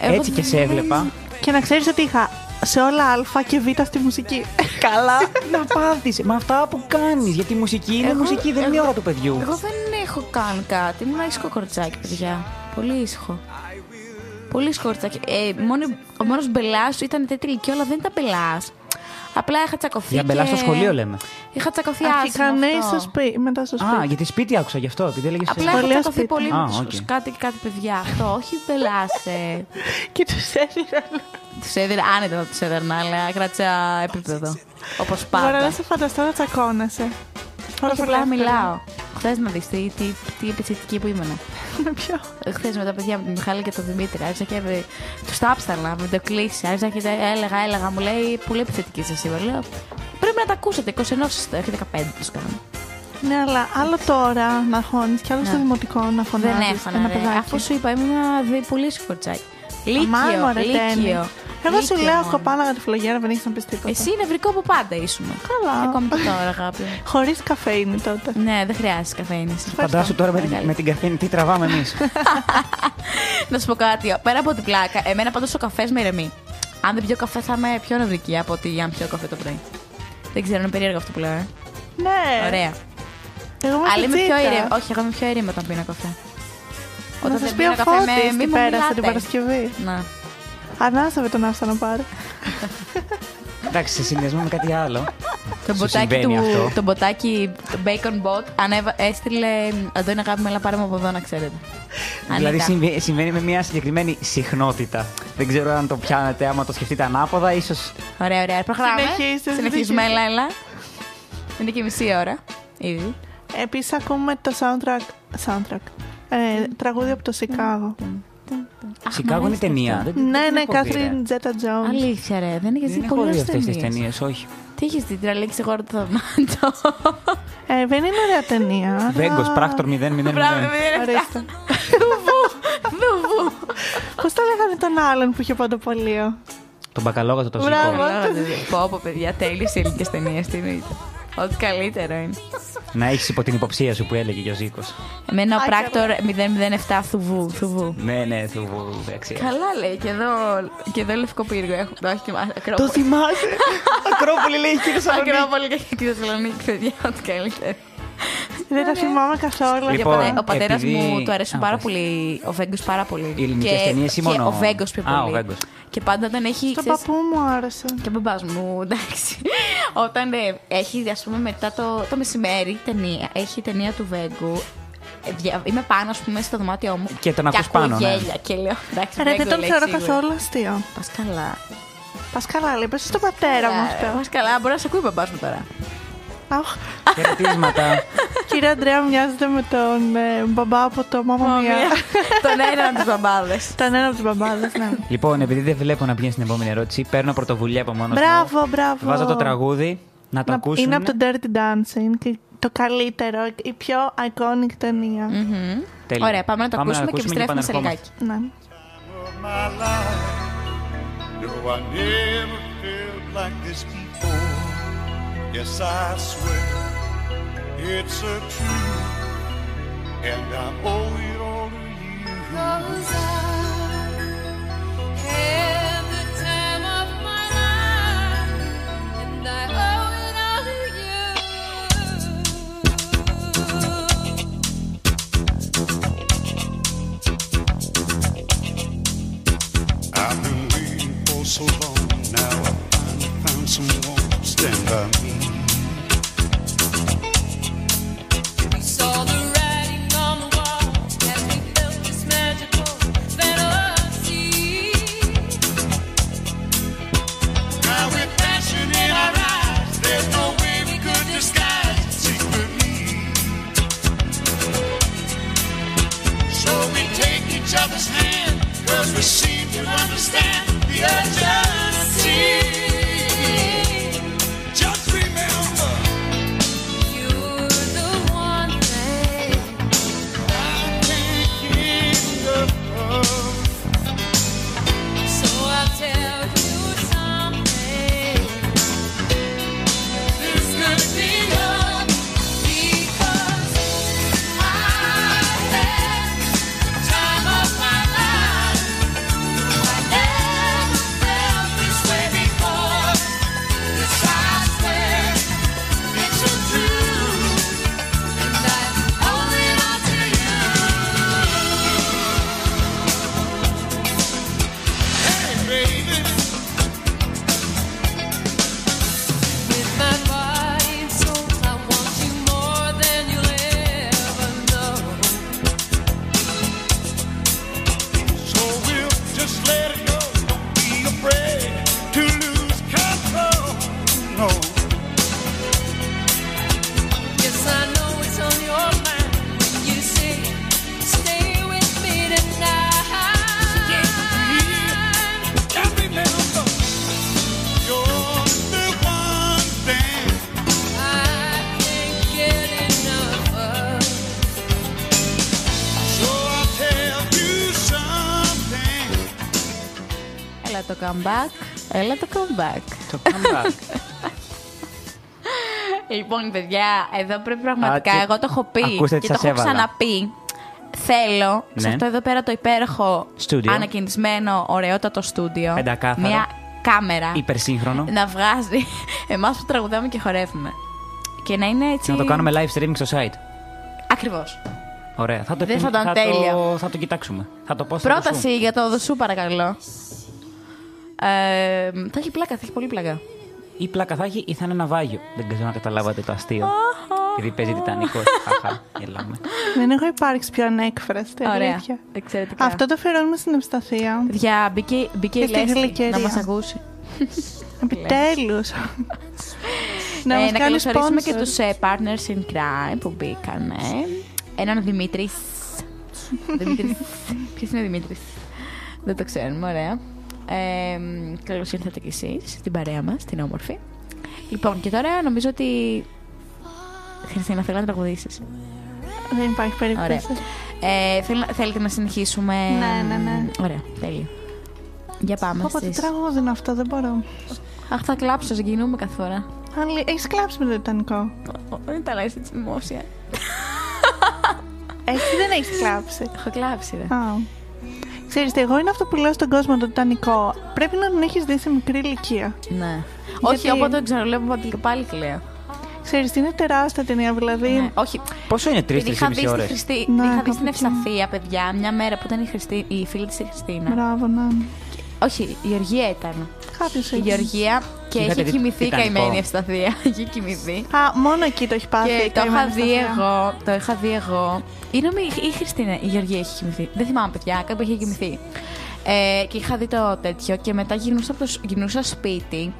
Speaker 1: Εγώ
Speaker 2: Έτσι και σε
Speaker 1: δεν-
Speaker 2: έβλεπα.
Speaker 3: Και να ξέρεις ότι είχα σε όλα Α και Β στη μουσική.
Speaker 2: Καλά να πάθεις με αυτά που κάνεις Γιατί η μουσική είναι
Speaker 1: Εγώ-
Speaker 2: μουσική, δεν είναι
Speaker 1: εγώ-
Speaker 2: ώρα του παιδιού.
Speaker 1: Εγώ δεν έχω καν κάτι. Ήμουν ήσυχο κοριτσάκι, παιδιά. Πολύ ήσυχο. Πολύ ήσυχο κοριτσάκι. Ε, μόνο, ο μόνος μπελάς σου ήταν τέτοια ηλικία, αλλά δεν ήταν μπελάς. Απλά είχα τσακωθεί.
Speaker 2: Για μπελάς
Speaker 1: και-
Speaker 2: στο σχολείο λέμε.
Speaker 1: Είχα τσακωθεί
Speaker 3: Αρχικά
Speaker 1: άσχημα
Speaker 3: ναι,
Speaker 1: αυτό.
Speaker 3: στο σπίτι, μετά στο
Speaker 2: Α,
Speaker 3: σπίτι.
Speaker 2: γιατί σπίτι άκουσα γι' αυτό, επειδή έλεγες.
Speaker 1: Απλά
Speaker 3: Σχολείο,
Speaker 1: είχα τσακωθεί
Speaker 3: σπίτι.
Speaker 1: πολύ
Speaker 2: Α,
Speaker 1: με τους-
Speaker 2: οκ.
Speaker 1: κάτι και κάτι παιδιά. Αυτό, όχι μπελάσε.
Speaker 3: Και τους έδειξα.
Speaker 1: Του έδειρα, άνετα να τους έδερνα, αλλά κράτησα επίπεδο. Όπω
Speaker 3: Μπορώ
Speaker 1: πάντα.
Speaker 3: να σε φανταστώ να τσακώνεσαι. Όλα
Speaker 1: Όχι,
Speaker 3: πολλά
Speaker 1: απλά
Speaker 3: εύκολα.
Speaker 1: μιλάω. Χθες να δεις τι, τι, τι επιθετική που ήμουν.
Speaker 3: Με ποιο.
Speaker 1: Χθες με τα παιδιά, με τον Μιχάλη και τον Δημήτρη, άρχισα και τους τα άψαλα, με το κλείσει. Άρχισα και τα έλεγα, έλεγα, μου λέει πολύ επιθετική σα σήμερα. Λέω, πρέπει να τα ακούσετε. 21 είστε, όχι 15 τους κάνω.
Speaker 3: Ναι, αλλά άλλο τώρα να χώνεις και άλλο στο
Speaker 1: Ναι.
Speaker 3: δημοτικό να φωνάζει.
Speaker 1: Δεν έφανα. ρε. Αφού σου είπα, ήμουν δι- πολύ σκορτσάκι. Λύκειο,
Speaker 3: Αμάν, μωρέ,
Speaker 1: λύκειο.
Speaker 3: τέννη. Εγώ σου
Speaker 1: Δίκαιο
Speaker 3: λέω,
Speaker 1: μόνο.
Speaker 3: έχω πάνω για τη φλογέρα, δεν έχεις να πεις τίποτα.
Speaker 1: Εσύ νευρικό από πάντα ήσουν.
Speaker 3: Καλά.
Speaker 1: Ακόμη και τώρα, αγάπη. μου.
Speaker 3: Χωρίς καφέινη τότε.
Speaker 1: ναι, δεν χρειάζεσαι καφέινη. εσύ.
Speaker 2: Φαντάσου τώρα με, την-
Speaker 1: Μεγάλη.
Speaker 2: με την καφίνη τι τραβάμε εμείς.
Speaker 1: Να σου πω κάτι. Πέρα από την πλάκα, εμένα πάντως ο καφές με ηρεμεί. Αν δεν πιω καφέ, θα είμαι πιο νευρική από ότι αν πιω καφέ το πρωί. Δεν ξέρω, είναι περίεργο αυτό που λέω. ε.
Speaker 3: Ναι.
Speaker 1: Ωραία.
Speaker 3: Εγώ είμαι
Speaker 1: Αλλά είμαι πιο
Speaker 3: φυτζίκα.
Speaker 1: ήρεμη. Όχι, εγώ είμαι πιο ήρεμη όταν πίνω καφέ.
Speaker 3: Να
Speaker 1: δεν
Speaker 3: σα πει
Speaker 1: πίνω
Speaker 3: ο Φώτης
Speaker 1: μη
Speaker 3: τι
Speaker 1: μου
Speaker 3: πέρασε
Speaker 1: μιλάτε.
Speaker 3: την Παρασκευή.
Speaker 1: Να.
Speaker 3: Ανάσαβε τον άφησα να πάρει.
Speaker 2: Εντάξει, σε συνδυασμό με κάτι άλλο.
Speaker 1: Το
Speaker 2: Σου
Speaker 1: μποτάκι,
Speaker 2: συμβαίνει
Speaker 1: του,
Speaker 2: αυτό?
Speaker 1: το μποτάκι το Bacon Bot ανέβα, έστειλε Αντώνη αγάπη μου, έλα πάρε μου από εδώ να ξέρετε.
Speaker 2: δηλαδή
Speaker 1: Ανίτα.
Speaker 2: συμβα- συμβαίνει με μια συγκεκριμένη συχνότητα. Δεν ξέρω αν το πιάνετε, άμα το σκεφτείτε ανάποδα, ίσως.
Speaker 1: Ωραία, ωραία. Προχωράμε.
Speaker 3: Συνεχίστε,
Speaker 1: Συνεχίζουμε,
Speaker 3: συνεχίστε.
Speaker 1: έλα, έλα. Είναι και μισή ώρα. Ήδη.
Speaker 3: Επίσης ακούμε το soundtrack. soundtrack. Ε, τραγούδι από το Σικάγο.
Speaker 1: Αχ,
Speaker 2: Σικάγο
Speaker 1: μ'
Speaker 2: είναι
Speaker 1: αρέσει
Speaker 2: ταινία.
Speaker 1: αυτό.
Speaker 2: Δεν- δεν
Speaker 3: Ναι,
Speaker 2: την
Speaker 3: ναι,
Speaker 2: έχω δει,
Speaker 3: Κάθριν
Speaker 2: ρε.
Speaker 3: Τζέτα Τζόουν.
Speaker 1: Αλήθεια, ρε. Δεν έχει
Speaker 2: Δεν
Speaker 1: δει
Speaker 2: έχω
Speaker 1: πολλές
Speaker 2: δει αυτές τις
Speaker 1: ταινίες.
Speaker 2: ταινίες, όχι.
Speaker 1: Τι έχει δει, τραλήξει εγώ το δωμάτιο.
Speaker 3: Ε, δεν είναι ωραία ταινία. αλλά-
Speaker 2: Βέγκος, πράκτορ 000.
Speaker 1: Μπράβο, μη ρε.
Speaker 3: Ορίστε.
Speaker 1: Δουβού.
Speaker 3: Πώ το λέγανε τον άλλον που είχε παντοπολείο. τον
Speaker 2: Τον μπακαλόγατο το
Speaker 3: Μπράβο.
Speaker 2: ψυχό.
Speaker 1: Πω, πω, παιδιά, τέλειες οι ελληνικές ταινίες. Τι εννοείται. Ό,τι καλύτερο είναι.
Speaker 2: Να έχεις υπό την υποψία σου που έλεγε και ο Ζήκος.
Speaker 1: Εμένα ο
Speaker 3: Α,
Speaker 1: πράκτορ 007 θουβού. θουβού.
Speaker 2: Ναι, ναι, του αξία.
Speaker 1: Καλά λέει, και εδώ, και εδώ λευκό πύργο έχω. Το έχει θυμάσαι. Ακρόπολη.
Speaker 2: θυμάσαι! Ακρόπολη λέει και
Speaker 1: Ακρόπολη και εκεί Θεσσαλονίκη, παιδιά, ό,τι καλύτερο.
Speaker 3: Δεν τα θυμάμαι καθόλου.
Speaker 1: Και
Speaker 2: Λοιπόν,
Speaker 1: ο πατέρα- ο πατέρα
Speaker 2: επειδή-
Speaker 1: μου του αρέσουν
Speaker 2: Α,
Speaker 1: πάρα
Speaker 2: πες.
Speaker 1: πολύ. Ο Βέγκος πάρα πολύ.
Speaker 2: Οι ελληνικές
Speaker 1: Και-
Speaker 2: ταινίες ή
Speaker 1: Και
Speaker 2: μόνο-
Speaker 1: ο Βέγκος πιο
Speaker 2: Α,
Speaker 1: πολύ.
Speaker 2: ο Βέγκος.
Speaker 1: Και πάντα όταν έχει.
Speaker 3: Στον
Speaker 1: ξέρεις,
Speaker 3: παππού μου άρεσε.
Speaker 1: Και ο μπαμπάς μου, εντάξει. Όταν ε, έχει, ας πούμε, μετά το, το μεσημέρι ταινία, έχει ταινία του Βέγκου. ε, δια- Είμαι πάνω, ας πούμε, στο δωμάτιό μου.
Speaker 2: Και τον ακούς
Speaker 1: ακούω
Speaker 2: πάνω, ναι.
Speaker 1: γέλια και λέω. Εντάξει,
Speaker 3: Ρε, δεν τον θεωρώ καθόλου αστείο.
Speaker 1: Πας καλά.
Speaker 3: Πας καλά, λέει. Πες στον πατέρα μου αυτό.
Speaker 1: Πας καλά, μπορεί να σε ακούει ο μπαμπάς μου τώρα.
Speaker 3: Αχ,
Speaker 2: Χαιρετίσματα.
Speaker 3: κύριε Αντρέα, μοιάζεται με τον ε, μπαμπά από το Μάμα Μία.
Speaker 1: Τον έναν του μπαμπάδες.
Speaker 3: Τον ένα από του μπαμπάδες, ναι.
Speaker 2: Λοιπόν, επειδή δεν βλέπω να πηγαίνει στην επόμενη ερώτηση, παίρνω πρωτοβουλία από μόνος.
Speaker 3: Μπράβο, μπράβο.
Speaker 2: Βάζω το τραγούδι να το
Speaker 3: Να-
Speaker 2: ακούσουν.
Speaker 3: Είναι από το Dirty Dancing. και Το καλύτερο, η πιο iconic ταινία.
Speaker 2: Τέλεια.
Speaker 1: Ωραία, πάμε να το
Speaker 2: Πάμε να
Speaker 1: ακούσουμε και
Speaker 2: ακούσουμε και
Speaker 1: επιστρέφουμε σε
Speaker 2: επανερχόμαστε.
Speaker 1: λιγάκι.
Speaker 3: Ναι.
Speaker 5: of my life. No, I never felt like this before. Yes, I swear it's a truth, and I owe it all to you.
Speaker 6: Cause I had the time of my life, and I owe it all to you.
Speaker 5: I've been waiting for so long. Now I finally found someone to stand by me.
Speaker 6: We saw the writing on the wall as we built this magical fantasy.
Speaker 5: Now with passion in our eyes, there's no way we could disguise secretly. So we take each other's hand, cause we seem to understand the urgency. Just
Speaker 1: Το comeback. Έλα το comeback.
Speaker 2: Το comeback.
Speaker 1: Λοιπόν, παιδιά, εδώ πρέπει πραγματικά.
Speaker 2: Α, τι-
Speaker 1: Εγώ το έχω πει
Speaker 2: Ακούστε
Speaker 1: και
Speaker 2: τι
Speaker 1: το
Speaker 2: σας
Speaker 1: έχω
Speaker 2: έβαλα.
Speaker 1: ξαναπεί. Θέλω σε
Speaker 2: Ναι.
Speaker 1: αυτό εδώ πέρα το υπέροχο
Speaker 2: Στούντιο.
Speaker 1: ανακινησμένο, ωραιότατο στούντιο.
Speaker 2: Πεντακάθαρο.
Speaker 1: Μια κάμερα.
Speaker 2: Υπερσύγχρονο.
Speaker 1: Να βγάζει εμάς που τραγουδάμε και χορεύουμε. Και να είναι έτσι.
Speaker 2: Να το κάνουμε live streaming στο site.
Speaker 1: Ακριβώς.
Speaker 2: Ωραία. Θα το,
Speaker 1: Δεν θα
Speaker 2: επι-
Speaker 1: ήταν τέλειο.
Speaker 2: Το, θα το κοιτάξουμε. Θα το πω στο
Speaker 1: Πρόταση για το δοσού, παρακαλώ. Ε, θα έχει πλάκα, θα έχει πολύ πλάκα.
Speaker 2: σου. Ή πλάκα θα έχει ή θα είναι ναυάγιο. Δεν ξέρω να καταλάβατε το αστείο. Επειδή παίζει Τιτανικός. Αχα, γελάμε.
Speaker 3: Δεν έχω υπάρξει πιο ανέκφραστη.
Speaker 1: Ωραία.
Speaker 3: αλήθεια.
Speaker 1: Εξαιρετικά.
Speaker 3: Αυτό το αφιερώνουμε στην ευσταθία.
Speaker 1: Παιδιά, μπήκε, μπήκε η
Speaker 3: Και στη
Speaker 1: Λέστη
Speaker 3: γλυκερία.
Speaker 1: να μας ακούσει.
Speaker 3: Επιτέλους.
Speaker 1: Να,
Speaker 3: να
Speaker 1: ε,
Speaker 3: μας
Speaker 1: να
Speaker 3: κάνει
Speaker 1: καλωσορίσουμε
Speaker 3: sponsor.
Speaker 1: και τους ε, partners in crime που μπήκαν. ε. Έναν Δημήτρης. Δημήτρης. Ποιος είναι ο Δημήτρης. Δεν το ξέρουμε, ωραία. Ε, μ, καλώς ήρθατε κι εσείς στην παρέα μας, την όμορφη. Λοιπόν, και τώρα νομίζω ότι... Χριστίνα, θέλω να τραγουδήσεις.
Speaker 3: Δεν υπάρχει
Speaker 1: Ωραία.
Speaker 3: περίπτωση.
Speaker 1: Ε, θέλ- θέλετε να συνεχίσουμε.
Speaker 3: Ναι, ναι, ναι.
Speaker 1: Ωραία, τέλεια. Για πάμε
Speaker 3: Πω, πω, τι
Speaker 1: στις...
Speaker 3: τραγούδι είναι αυτό, δεν μπορώ.
Speaker 1: Αχ, θα κλάψω, συγκινούμε κάθε φορά.
Speaker 3: Άλλη, έχεις κλάψει με το Τιτανικό.
Speaker 1: Δεν τα λες έτσι δημόσια.
Speaker 3: Εσύ δεν έχεις κλάψει.
Speaker 1: Έχω κλάψει, ρε.
Speaker 3: Α. Ξέρεις, τι, εγώ είναι αυτό που λέω στον κόσμο το Τιτανικό. Πρέπει να τον έχεις δει σε μικρή ηλικία.
Speaker 1: Ναι. Όχι, όποτε το ξαναβλέπω πάλι- πάλι κλαίω.
Speaker 3: Ξέρεις, τι, είναι τεράστια ταινία, δηλαδή.
Speaker 1: Ναι, Όχι,
Speaker 2: Πόσο είναι,
Speaker 1: την είχα δει
Speaker 2: 3-3,5
Speaker 1: στη
Speaker 2: ώρες.
Speaker 1: Χριστή...
Speaker 3: Ναι,
Speaker 1: την είχα δει
Speaker 3: κάπου
Speaker 1: στην
Speaker 3: εκεί.
Speaker 1: Ευσταθία, παιδιά, μια μέρα που ήταν η, Χριστή... η φίλη της η Χριστίνα.
Speaker 3: Μπράβο, να.
Speaker 1: Όχι, η Γεωργία ήταν.
Speaker 3: Κάποιος
Speaker 1: Η
Speaker 3: έτσι.
Speaker 1: Γεωργία και
Speaker 2: Είχατε
Speaker 1: έχει
Speaker 2: δει λοιπόν?
Speaker 1: κοιμηθεί η
Speaker 2: Τιτανικό.
Speaker 1: καημένη η Ευσταθία. Έχει κοιμηθεί.
Speaker 3: Α, μόνο εκεί το έχει πάθει. η
Speaker 1: Και το είχα
Speaker 3: καημένη
Speaker 1: δει
Speaker 3: Σταθιά.
Speaker 1: εγώ. Το είχα δει εγώ. Ή νομι- ή η Χριστίνα, η Γεωργία έχει κοιμηθεί. Δεν θυμάμαι, παιδιά, κάπου είχε κοιμηθεί. Ε, και είχα δει το τέτοιο και μετά γυρνούσα, από το, σ- γυρνούσα σπίτι.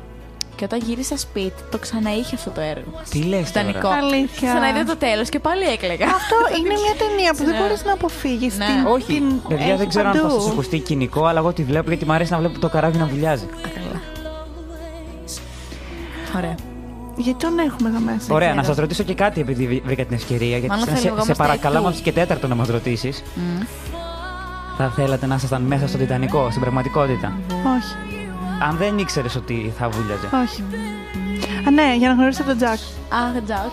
Speaker 1: Και όταν γύρισα σπίτι, το ξαναείχε αυτό το έργο.
Speaker 2: Τι λες τώρα.
Speaker 1: Τιτανικό.
Speaker 3: Αλήθεια.
Speaker 1: Ξαναείδα το τέλος και πάλι έκλαιγα.
Speaker 3: Αυτό είναι μια ταινία που δεν
Speaker 1: Ναι.
Speaker 3: μπορείς να αποφύγεις.
Speaker 1: Ναι.
Speaker 3: Την-
Speaker 2: Όχι,
Speaker 3: την
Speaker 2: παιδιά,
Speaker 3: έχει
Speaker 2: δεν ξέρω αν θα
Speaker 3: παντού.
Speaker 2: σα ακουστεί κοινικό, αλλά εγώ τη βλέπω γιατί μου αρέσει να βλέπω το καράβι να βουλιάζει.
Speaker 1: Ωραία.
Speaker 3: Γιατί τον έχουμε εδώ μέσα.
Speaker 2: Ωραία,
Speaker 3: ξέρω.
Speaker 2: να σας ρωτήσω και κάτι επειδή βρ- βρήκα την ευκαιρία. Γιατί
Speaker 1: Μάλλον
Speaker 2: σαν-
Speaker 1: θα
Speaker 2: σε, σε
Speaker 1: λεγόμαστε
Speaker 2: παρακαλάμε
Speaker 1: εκεί.
Speaker 2: και τέταρτο να μας ρωτήσεις. Θα θέλατε να ήσασταν μέσα στο Τιτανικό, στην πραγματικότητα.
Speaker 3: Όχι,
Speaker 2: Αν δεν ήξερες ότι θα βούλιαζε.
Speaker 3: όχι. Α, ναι, για να γνωρίσετε τον Τζακ.
Speaker 1: Αχ, Τζακ.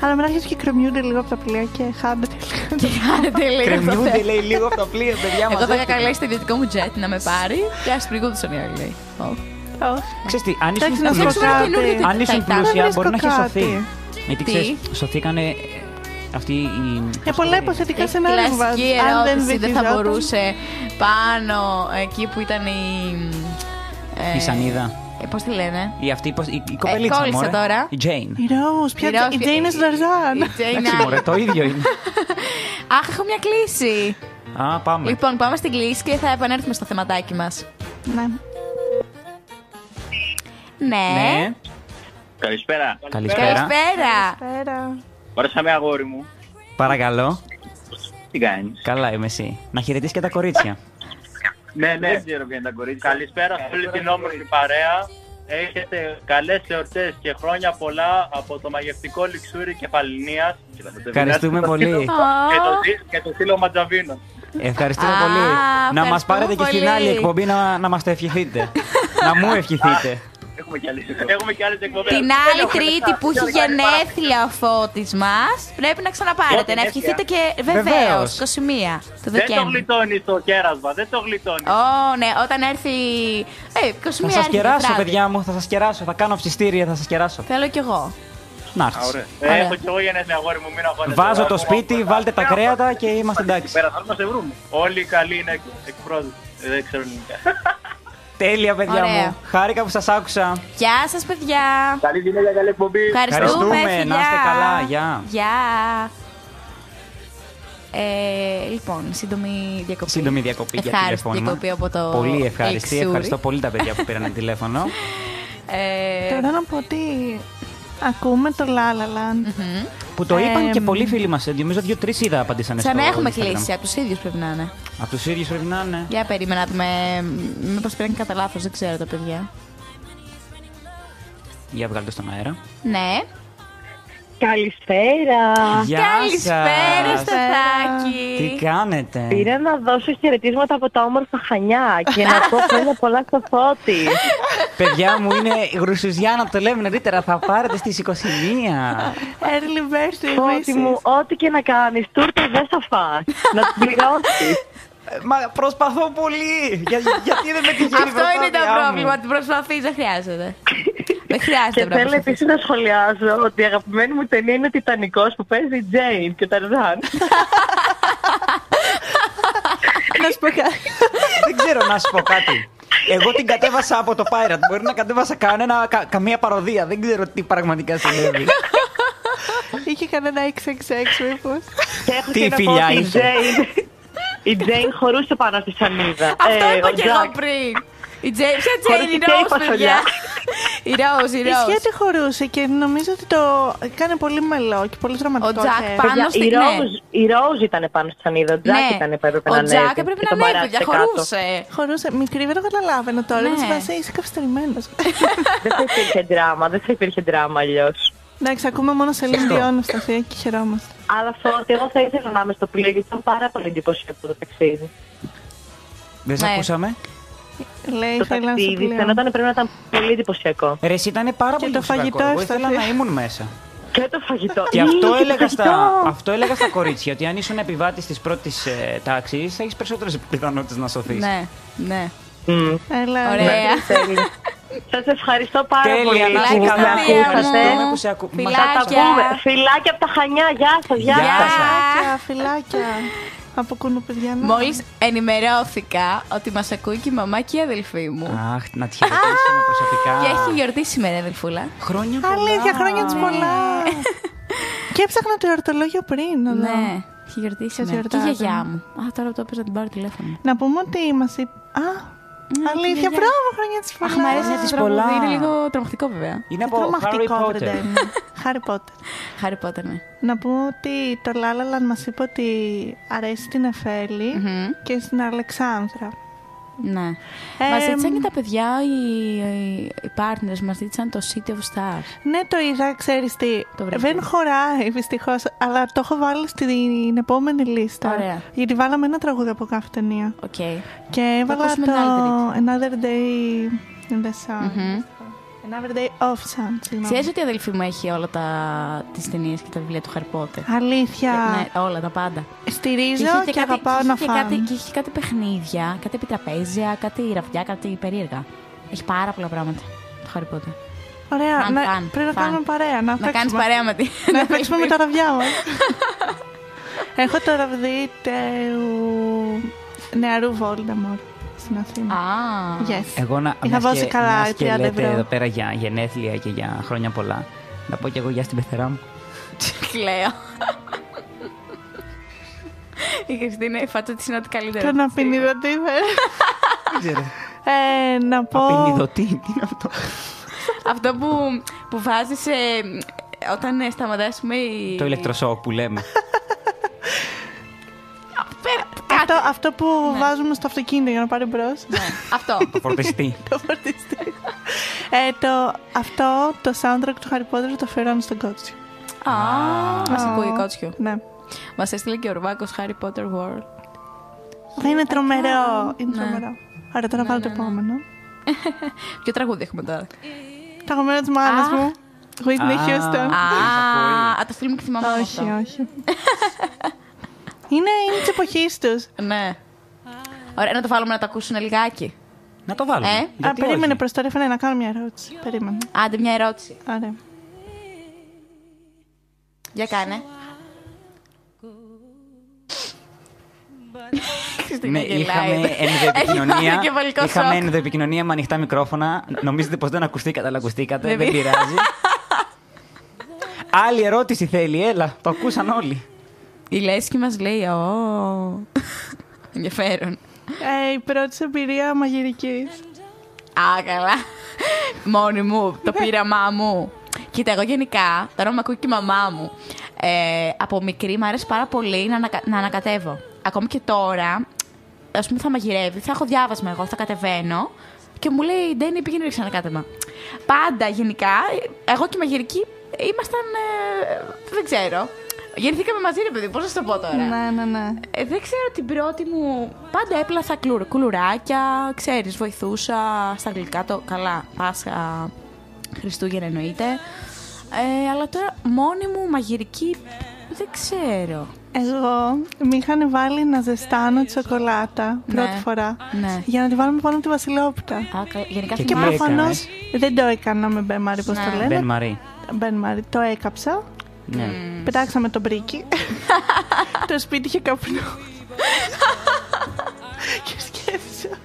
Speaker 3: Αλλά μετά αρχίζει και κρεμιούνται λίγο από τα πλοία και χάνεται λίγο.
Speaker 1: Και χάνετε λίγο το
Speaker 2: Κρεμιούνται,
Speaker 1: θέμα.
Speaker 2: λέει, λίγο από τα πλοία, παιδιά
Speaker 1: Εγώ
Speaker 2: μα.
Speaker 1: θα είχα καλέσει το ιδιωτικό μου jet να με πάρει και ας πριγούδουσαν οι άλλοι. λέει. Ωχ.
Speaker 2: Ξέρεις τι, αν ήσουν
Speaker 3: Εντάξει, να σου πω
Speaker 1: φτιάξουμε ένα
Speaker 2: πλούσια,
Speaker 3: κάτι.
Speaker 1: καινούριο
Speaker 2: αν ήσουν
Speaker 1: Τιτανικό. Να
Speaker 2: πλούσια
Speaker 3: βρίσκω
Speaker 2: μπορεί να έχει
Speaker 3: κάτι.
Speaker 2: σωθεί. Γιατί
Speaker 1: Τι?
Speaker 2: ξέρει, σωθήκανε ε, αυτοί οι.
Speaker 3: Για πολλά υποθετικά
Speaker 1: Η
Speaker 3: σενάρια
Speaker 1: κλασική
Speaker 3: βάζεις. Αν δεν
Speaker 1: ερώτηση δεν θα
Speaker 3: βυθιζόταν.
Speaker 1: μπορούσε πάνω εκεί που ήταν η. ε,
Speaker 2: Η Σανίδα.
Speaker 1: ε, Πώς τη λένε.
Speaker 2: Ή αυτή, πώς- η, η κοπελίτσα.
Speaker 1: Ε, κόλλησα
Speaker 2: μωρέ.
Speaker 1: τώρα.
Speaker 2: Η Jane.
Speaker 3: Η Ρόους,
Speaker 1: Η
Speaker 3: πια
Speaker 1: Ρόζ-
Speaker 3: η Τζέινε Ζαρζάν.
Speaker 1: η Τζέιν ναι.
Speaker 2: Εντάξει, μωρέ, το ίδιο είναι.
Speaker 1: Αχ, έχω μια κλίση.
Speaker 2: Α, πάμε.
Speaker 1: Λοιπόν, πάμε στην κλίση και θα επανέλθουμε στο θεματάκι μας.
Speaker 3: Ναι.
Speaker 1: Ναι.
Speaker 2: Ναι,
Speaker 7: Καλησπέρα.
Speaker 2: καλησπέρα.
Speaker 1: ε. Καλησπέρα.
Speaker 3: Πέρα.
Speaker 7: Ωρέσαμε αγόρι μου.
Speaker 2: Παρακαλώ.
Speaker 7: Τι κάνεις.
Speaker 2: Καλά είμαι εσύ. Να χαιρετήσεις και τα κορίτσια.
Speaker 7: Ναι, ναι. Δεν ξέρω ποια είναι τα κορίτσια. Καλησπέρα σε όλη την όμορφη παρέα. Έχετε καλές εορτές και χρόνια πολλά από το μαγευτικό λιξούρι κεφαλινίας.
Speaker 2: Ευχαριστούμε πολύ.
Speaker 7: Και Ε, το, ζή- και το σύλλογο Ματζαβίνο.
Speaker 2: Ευχαριστούμε
Speaker 1: Α,
Speaker 2: πολύ. Να μας
Speaker 1: ευχαριστούμε
Speaker 2: πάρετε και στην
Speaker 1: πολύ.
Speaker 2: άλλη εκπομπή να, να μας το ευχηθείτε. να μου ευχηθείτε.
Speaker 7: Έχουμε και άλλες Έχουμε και άλλες εκπομπές.
Speaker 1: Την άλλη Τρίτη που έχει γενέθλια ο Φώτης μας, πρέπει να ξαναπάρετε.
Speaker 7: Ό,τι
Speaker 1: Να
Speaker 7: είναι
Speaker 1: ευχηθείτε
Speaker 7: έτσι,
Speaker 1: και βεβαίως
Speaker 2: Βεβαίως.
Speaker 1: 21 του
Speaker 7: Δεν το
Speaker 1: Δεκέμβρη.
Speaker 7: γλιτώνεις το κέρασμα. Δεν το γλιτώνεις.
Speaker 1: Ω, ναι, όταν έρθει. Ε, 21
Speaker 2: Θα σας
Speaker 1: έρχεται
Speaker 2: κεράσω,
Speaker 1: βράδυ.
Speaker 2: παιδιά μου, θα σας κεράσω. Θα κάνω ψιστήρια, θα σας κεράσω.
Speaker 1: Θέλω κι εγώ.
Speaker 2: Να
Speaker 7: Α, ωραία.
Speaker 2: έρθει.
Speaker 7: Ε,
Speaker 1: Ωραία.
Speaker 7: Έχω κι εγώ γενέθλια αγόρι μου. Μην αγχώνεσαι.
Speaker 2: Βάζω το
Speaker 7: Ακόμα
Speaker 2: σπίτι,
Speaker 7: πολλά.
Speaker 2: βάλτε τα κρέατα και είμαστε εντάξει.
Speaker 7: Πέρα, θα σε βρούμε. Όλοι οι καλοί είναι εκπρόσωποι. Ε, Δεν ξέρω ελληνικά.
Speaker 2: Τέλεια, παιδιά
Speaker 1: Ωραία.
Speaker 2: μου. Χάρηκα που σας άκουσα.
Speaker 1: Γεια σας παιδιά.
Speaker 7: Καλή συνέχεια, καλή εκπομπή.
Speaker 1: Ευχαριστούμε.
Speaker 2: Ευχαριστούμε. Να είστε
Speaker 1: φιλιά.
Speaker 2: καλά. Γεια.
Speaker 1: Γεια. Ε, λοιπόν, σύντομη διακοπή.
Speaker 2: Σύντομη διακοπή για
Speaker 1: Ευχάριστη
Speaker 2: τηλεφώνημα.
Speaker 1: διακοπή από το
Speaker 2: Πολύ ευχαριστή.
Speaker 1: Λιξούρι.
Speaker 2: Ευχαριστώ πολύ τα παιδιά που πήραν τηλέφωνο.
Speaker 1: Ε,
Speaker 3: Τώρα να πω ότι ακούμε το La La Land.
Speaker 2: Που το είπαν
Speaker 3: Ε,
Speaker 2: και πολλοί φίλοι μας. Νομίζω δύο-τρει είδα απαντήσανε στο
Speaker 1: Ξανά έχουμε
Speaker 2: Instagram.
Speaker 1: κλείσει. Από τους ίδιους πρέπει να είναι.
Speaker 2: Από τους ίδιους πρέπει να είναι.
Speaker 1: Για περίμενα να δούμε. Μήπω πήραν κατά λάθος, δεν ξέρω τα παιδιά.
Speaker 2: Για βγάλτε στον αέρα.
Speaker 1: Ναι.
Speaker 8: Καλησπέρα.
Speaker 2: Γεια
Speaker 1: Καλησπέρα
Speaker 2: σας.
Speaker 1: στο Θάκη.
Speaker 2: Τι κάνετε.
Speaker 8: Πήρα να δώσω χαιρετίσματα από τα όμορφα Χανιά και να πω χρόνια πολλά στο φώτι.
Speaker 2: Παιδιά μου είναι γρουσουζιάνα, το λέμε νωρίτερα. Θα πάρετε στις 21.
Speaker 3: Early birthday
Speaker 8: φώτι μου,
Speaker 3: wishes.
Speaker 8: ό,τι και να κάνεις, τούρτα δεν θα φας. να την πληρώσεις.
Speaker 2: Μα προσπαθώ πολύ. Για- γιατί δεν με τυχαίνει η
Speaker 1: Αυτό είναι το
Speaker 2: προσπάθειά μου.
Speaker 1: πρόβλημα. Την προσπαθείς, δεν χρειάζεται. δεν
Speaker 8: και
Speaker 1: χρειάζεται να
Speaker 8: θέλω
Speaker 1: προσπαθείς.
Speaker 8: επίσης να σχολιάζω ότι η αγαπημένη μου ταινία είναι ο Τιτανικός που παίζει η Τζέιν και ο Ταρζάν.
Speaker 3: Να σου πω
Speaker 8: Ε,
Speaker 3: κάτι.
Speaker 2: Δεν ξέρω να σου πω κάτι. Εγώ την κατέβασα από το Pirate. Μπορεί να κατέβασα κανένα, κα- καμία παροδία. Δεν ξέρω τι πραγματικά συνέβη.
Speaker 3: Είχε κανένα XXX μήπως.
Speaker 8: και έχω
Speaker 2: Τι
Speaker 8: και να πω
Speaker 2: φιλιά
Speaker 8: ότι η
Speaker 2: είσαι.
Speaker 8: Τζέιν... Η Τζέιν χωρούσε πάνω στη σανίδα.
Speaker 1: Αυτό
Speaker 8: Ε, ο
Speaker 1: είπα και εγώ
Speaker 8: Τζακ.
Speaker 1: πριν. Η Τζέι, ποια Τζέι,
Speaker 8: Χωρίς
Speaker 1: η
Speaker 8: και
Speaker 1: Ρόζ,
Speaker 8: είπα
Speaker 1: παιδιά.
Speaker 8: σολιά.
Speaker 1: Η Ρόζ, η
Speaker 3: Ισχύει
Speaker 1: Ρόζ.
Speaker 3: ότι χωρούσε και νομίζω ότι το έκανε πολύ μελό και πολύ δραματικό.
Speaker 1: Ο Τζακ
Speaker 3: και-
Speaker 1: πάνω
Speaker 8: Παιδιά,
Speaker 1: στη-
Speaker 8: η,
Speaker 1: ναι.
Speaker 8: Ρόζ, η Ρόζ ήταν πάνω στη σανίδα, ο Τζακ ήταν έπρεπε να
Speaker 1: Ο
Speaker 8: ανέβει.
Speaker 1: Τζακ έπρεπε
Speaker 8: και
Speaker 1: να
Speaker 8: τον
Speaker 1: ανέβει, παιδιά,
Speaker 8: παράτησε κάτω.
Speaker 1: χωρούσε.
Speaker 3: Χωρούσε. Μικρή δεν το καταλάβαινα τώρα.
Speaker 1: Ναι.
Speaker 3: Ναι. Βασίλη, είσαι καυστερημένο.
Speaker 8: Δεν θα υπήρχε δράμα, δεν θα υπήρχε δράμα αλλιώς.
Speaker 3: Εντάξει, ακούμε μόνο σε λίγο
Speaker 2: Σωστό.
Speaker 3: διόν Αναστασία και χαιρόμαστε.
Speaker 8: Αλλά φώτη, εγώ θα ήθελα να είμαι στο πλοίο γιατί ήταν πάρα πολύ εντυπωσιακό το ταξίδι.
Speaker 2: Δεν σε
Speaker 1: Ναι.
Speaker 2: ακούσαμε.
Speaker 3: Λέει,
Speaker 8: το
Speaker 3: θέλει να σου
Speaker 8: ταξίδι φαινόταν πρέπει να ήταν πολύ εντυπωσιακό.
Speaker 2: Ρε, εσύ ήταν πάρα
Speaker 3: Και
Speaker 2: πολύ
Speaker 3: το
Speaker 2: μουσικό.
Speaker 3: φαγητό
Speaker 2: Εγώ ήθελα
Speaker 3: έφτασε.
Speaker 2: να ήμουν μέσα.
Speaker 8: Και το φαγητό.
Speaker 2: Και
Speaker 8: Ih,
Speaker 2: αυτό
Speaker 8: το
Speaker 2: έλεγα, στα,
Speaker 8: φαγητό!
Speaker 2: αυτό έλεγα στα κορίτσια. Ότι αν ήσουν επιβάτης της πρώτης ε, τάξης, θα έχεις περισσότερες πιθανότητες να σωθείς.
Speaker 1: Ναι, ναι.
Speaker 2: ε-
Speaker 8: Μμμ,
Speaker 3: Έλα,
Speaker 1: Ωραία.
Speaker 3: ναι.
Speaker 8: τέλεια. Σας ευχαριστώ πάρα
Speaker 2: Τέλεια,
Speaker 8: πολύ
Speaker 2: να
Speaker 8: που
Speaker 2: σε
Speaker 8: με
Speaker 2: καλά.
Speaker 8: ακούσατε.
Speaker 2: Ευχαριστούμε που σε ακου-
Speaker 1: Φιλάκια.
Speaker 8: Θα τα πούμε. Φιλάκια από τα Χανιά. Γεια σας, γεια
Speaker 2: Γεια.
Speaker 8: σας.
Speaker 3: Φιλάκια, φιλάκια. Από κουνουπιδιά να.
Speaker 1: Μόλις ενημερώθηκα ότι μας ακούει και η μαμά και η αδελφή μου.
Speaker 2: Αχ, να τη χαιρετήσουμε προσωπικά.
Speaker 1: Και έχει γιορτή σήμερα, η αδελφούλα.
Speaker 2: Χρόνια πολλά.
Speaker 3: Αλήθεια, χρόνια
Speaker 1: Ναι.
Speaker 3: τη πολλά. Και έψαχνα το εορτολόγιο πριν. να δω.
Speaker 1: Ναι, έχει γιορτή σήμερα. Και η
Speaker 3: γιορτάζουμε.
Speaker 1: γιαγιά μου. Α, τώρα το έπαιζα να την πάρω τηλέφωνο.
Speaker 3: Να πούμε ότι μας είπε. Α, αλήθεια,
Speaker 1: παιδιά.
Speaker 3: μπράβο, χρόνια της
Speaker 1: Ναι, Αχ, μ' αρέσει
Speaker 2: Χρόνια
Speaker 1: να
Speaker 2: της
Speaker 1: τη
Speaker 2: πολλά.
Speaker 1: πολλά. Είναι λίγο τρομακτικό, βέβαια.
Speaker 2: Είναι από Harry Potter.
Speaker 3: Χάρι Πότερ.
Speaker 1: Χάρη Πότερ, ναι.
Speaker 3: Να πούμε ότι το Λάλαλαν μας είπε ότι αρέσει στην εφελη
Speaker 1: Μμμ.
Speaker 3: και στην Αλεξάνδρα.
Speaker 1: Ναι.
Speaker 3: Ε,
Speaker 1: Μας ζήτησαν και τα παιδιά, οι, οι, οι partners μας ζήτησαν το City of Stars.
Speaker 3: Ναι, το είδα, ξέρεις τι.
Speaker 1: Το βρήκα.
Speaker 3: Δεν χωράει δυστυχώς, αλλά το έχω βάλει στην επόμενη λίστα.
Speaker 1: Ωραία.
Speaker 3: Γιατί βάλαμε ένα τραγούδι από κάθε ταινία.
Speaker 1: Οκ.
Speaker 3: Και έβαλα το
Speaker 1: ακούσουμε την άλλη τρίτη.
Speaker 3: Another Day in the Sun.
Speaker 1: Μμμ.
Speaker 3: Another Day of Sun, συγγνώμη.
Speaker 1: Ξέρεις ότι η αδελφή μου έχει όλα τα τις ταινίες και τα βιβλία του Harry Potter.
Speaker 3: Αλήθεια.
Speaker 1: Ναι, όλα τα πάντα.
Speaker 3: Στηρίζω και, αγαπάω να
Speaker 1: είχε
Speaker 3: φάω.
Speaker 1: κάτι, και είχε κάτι παιχνίδια, κάτι επιτραπέζια, κάτι ραφιά, κάτι περίεργα. Έχει πάρα πολλά πράγματα το Harry Potter.
Speaker 3: Ωραία,
Speaker 1: Φαν,
Speaker 3: να-
Speaker 1: φαν,
Speaker 3: πρέπει να
Speaker 1: φαν.
Speaker 3: κάνουμε παρέα. Να,
Speaker 1: Να κάνεις
Speaker 3: παίξουμε.
Speaker 1: παρέα με την.
Speaker 3: Να παίξουμε
Speaker 1: ναι.
Speaker 3: με τα ραβδιά μας. Έχω το ραβδί του νεαρού Voldemort στην Αθήνα.
Speaker 1: Α,
Speaker 3: Yes.
Speaker 2: Εγώ να
Speaker 3: Είχα
Speaker 2: μιας
Speaker 3: δώσει
Speaker 2: και-
Speaker 3: καλά
Speaker 2: μιας και
Speaker 3: 30
Speaker 2: λέτε
Speaker 3: ευρώ.
Speaker 2: εδώ πέρα για γενέθλια και για χρόνια πολλά. Να πω κι εγώ γεια στην πεθερά μου.
Speaker 1: κλαίω. Η Χριστίνα, η φάτσα της είναι ό,τι καλύτερο.
Speaker 3: Τον απεινιδωτή
Speaker 2: Δεν ξέρω.
Speaker 3: Ε, να πω...
Speaker 2: Απεινιδωτή, τι είναι αυτό.
Speaker 1: Αυτό που, που βάζεις ε, όταν ε, σταματάς, ας πούμε, η...
Speaker 2: Το ηλεκτροσόκ που λέμε.
Speaker 1: Πέρα-
Speaker 3: Αυτό,
Speaker 1: Κάτι.
Speaker 3: αυτό που
Speaker 1: Ναι.
Speaker 3: βάζουμε στο αυτοκίνητο για να πάρει μπρος.
Speaker 1: Αυτό.
Speaker 2: Το φορτιστή.
Speaker 3: το φορτιστή. ε, το, αυτό το soundtrack του Harry Potter το φέραμε στον κότσιο.
Speaker 1: Α, μας ακούει κότσιο.
Speaker 3: Ναι.
Speaker 1: Μας έστειλε και ο Ορβάκος Harry Potter World.
Speaker 3: Θα είναι τρομερό. Είναι
Speaker 1: ναι.
Speaker 3: τρομερό. Ωραία, τώρα βάλω το επόμενο.
Speaker 1: Ποιο τραγούδι έχουμε τώρα.
Speaker 3: Τα γομμένα της μάνας
Speaker 1: Α.
Speaker 3: μου.
Speaker 2: Α.
Speaker 3: Whitney Houston.
Speaker 1: Α, α, το στείλουμε και στη μαμά μου
Speaker 3: Όχι,
Speaker 1: αυτό.
Speaker 3: όχι. είναι είναι της εποχής τους.
Speaker 1: Ναι. Ωραία, να το βάλουμε να το ακούσουν λιγάκι.
Speaker 2: Να το βάλουμε.
Speaker 1: Ε,
Speaker 2: Γιατί
Speaker 3: Α,
Speaker 2: όχι.
Speaker 3: περίμενε προς τώρα, έφερε να κάνω μια ερώτηση. Περίμενε.
Speaker 1: Άντε, μια ερώτηση.
Speaker 3: Ωραία.
Speaker 1: Για κάνε. Χριστίνα
Speaker 2: Ναι,
Speaker 1: γελάει.
Speaker 2: είχαμε
Speaker 1: Έχει
Speaker 2: ενδοεπικοινωνία.
Speaker 1: πάθει κεφαλικό
Speaker 2: είχαμε
Speaker 1: σοκ.
Speaker 2: ενδοεπικοινωνία με ανοιχτά μικρόφωνα. Νομίζετε πως δεν ακουστήκατε, αλλά ακουστήκατε.
Speaker 1: Δεν
Speaker 2: δεν
Speaker 1: πειράζει.
Speaker 2: πειράζει. Άλλη ερώτηση θέλει, έλα. Το ακούσαν όλοι.
Speaker 1: Η Λέσκη μας λέει, ω, ενδιαφέρον.
Speaker 3: Ε, η πρώτη σου εμπειρία μαγειρικής.
Speaker 1: Α, καλά. Μόνη μου, το πείραμά μου. Κοίτα, εγώ γενικά, τώρα με ακούει και η μαμά μου. Ε, από μικρή μου αρέσει πάρα πολύ να, ανακα- να ανακατεύω. Ακόμη και τώρα, ας πούμε, θα μαγειρεύει, θα έχω διάβασμα εγώ, θα κατεβαίνω και μου λέει Ντένι, πήγαινε ρίξει ένα κάτεμα. Πάντα γενικά, εγώ και η μαγειρική ήμασταν. ε, δεν ξέρω. Γεννηθήκαμε μαζί, ρε παιδί, πώς να σου το πω τώρα.
Speaker 3: Ναι, ναι, ναι.
Speaker 1: Ε, δεν ξέρω την πρώτη μου. Πάντα έπλαθα κλουρ, κουλουράκια, ξέρεις, βοηθούσα στα αγγλικά το καλά. Πάσχα, Χριστούγεννα εννοείται. Ε, αλλά τώρα μόνη μου μαγειρική δεν ξέρω.
Speaker 3: Εγώ με είχαν βάλει να ζεστάνω τσοκολάτα
Speaker 1: Ναι.
Speaker 3: πρώτη φορά
Speaker 1: Ναι.
Speaker 3: για να τη βάλουμε πάνω τη Βασιλόπιτα.
Speaker 1: Α, κα- γενικά
Speaker 2: Και
Speaker 3: Και
Speaker 2: τι
Speaker 1: θυμάμαι.
Speaker 2: έκανες?
Speaker 3: προφανώς δεν το έκανα με Μπεν Μάρι, πώ
Speaker 1: Ναι.
Speaker 3: το
Speaker 2: Μπεν
Speaker 3: λένε.
Speaker 2: Μαρή.
Speaker 3: Μπεν Μάρι, το έκαψα.
Speaker 2: Ναι.
Speaker 3: Πετάξαμε τον πρίκι. το σπίτι είχε καπνό. και σκέφτησα.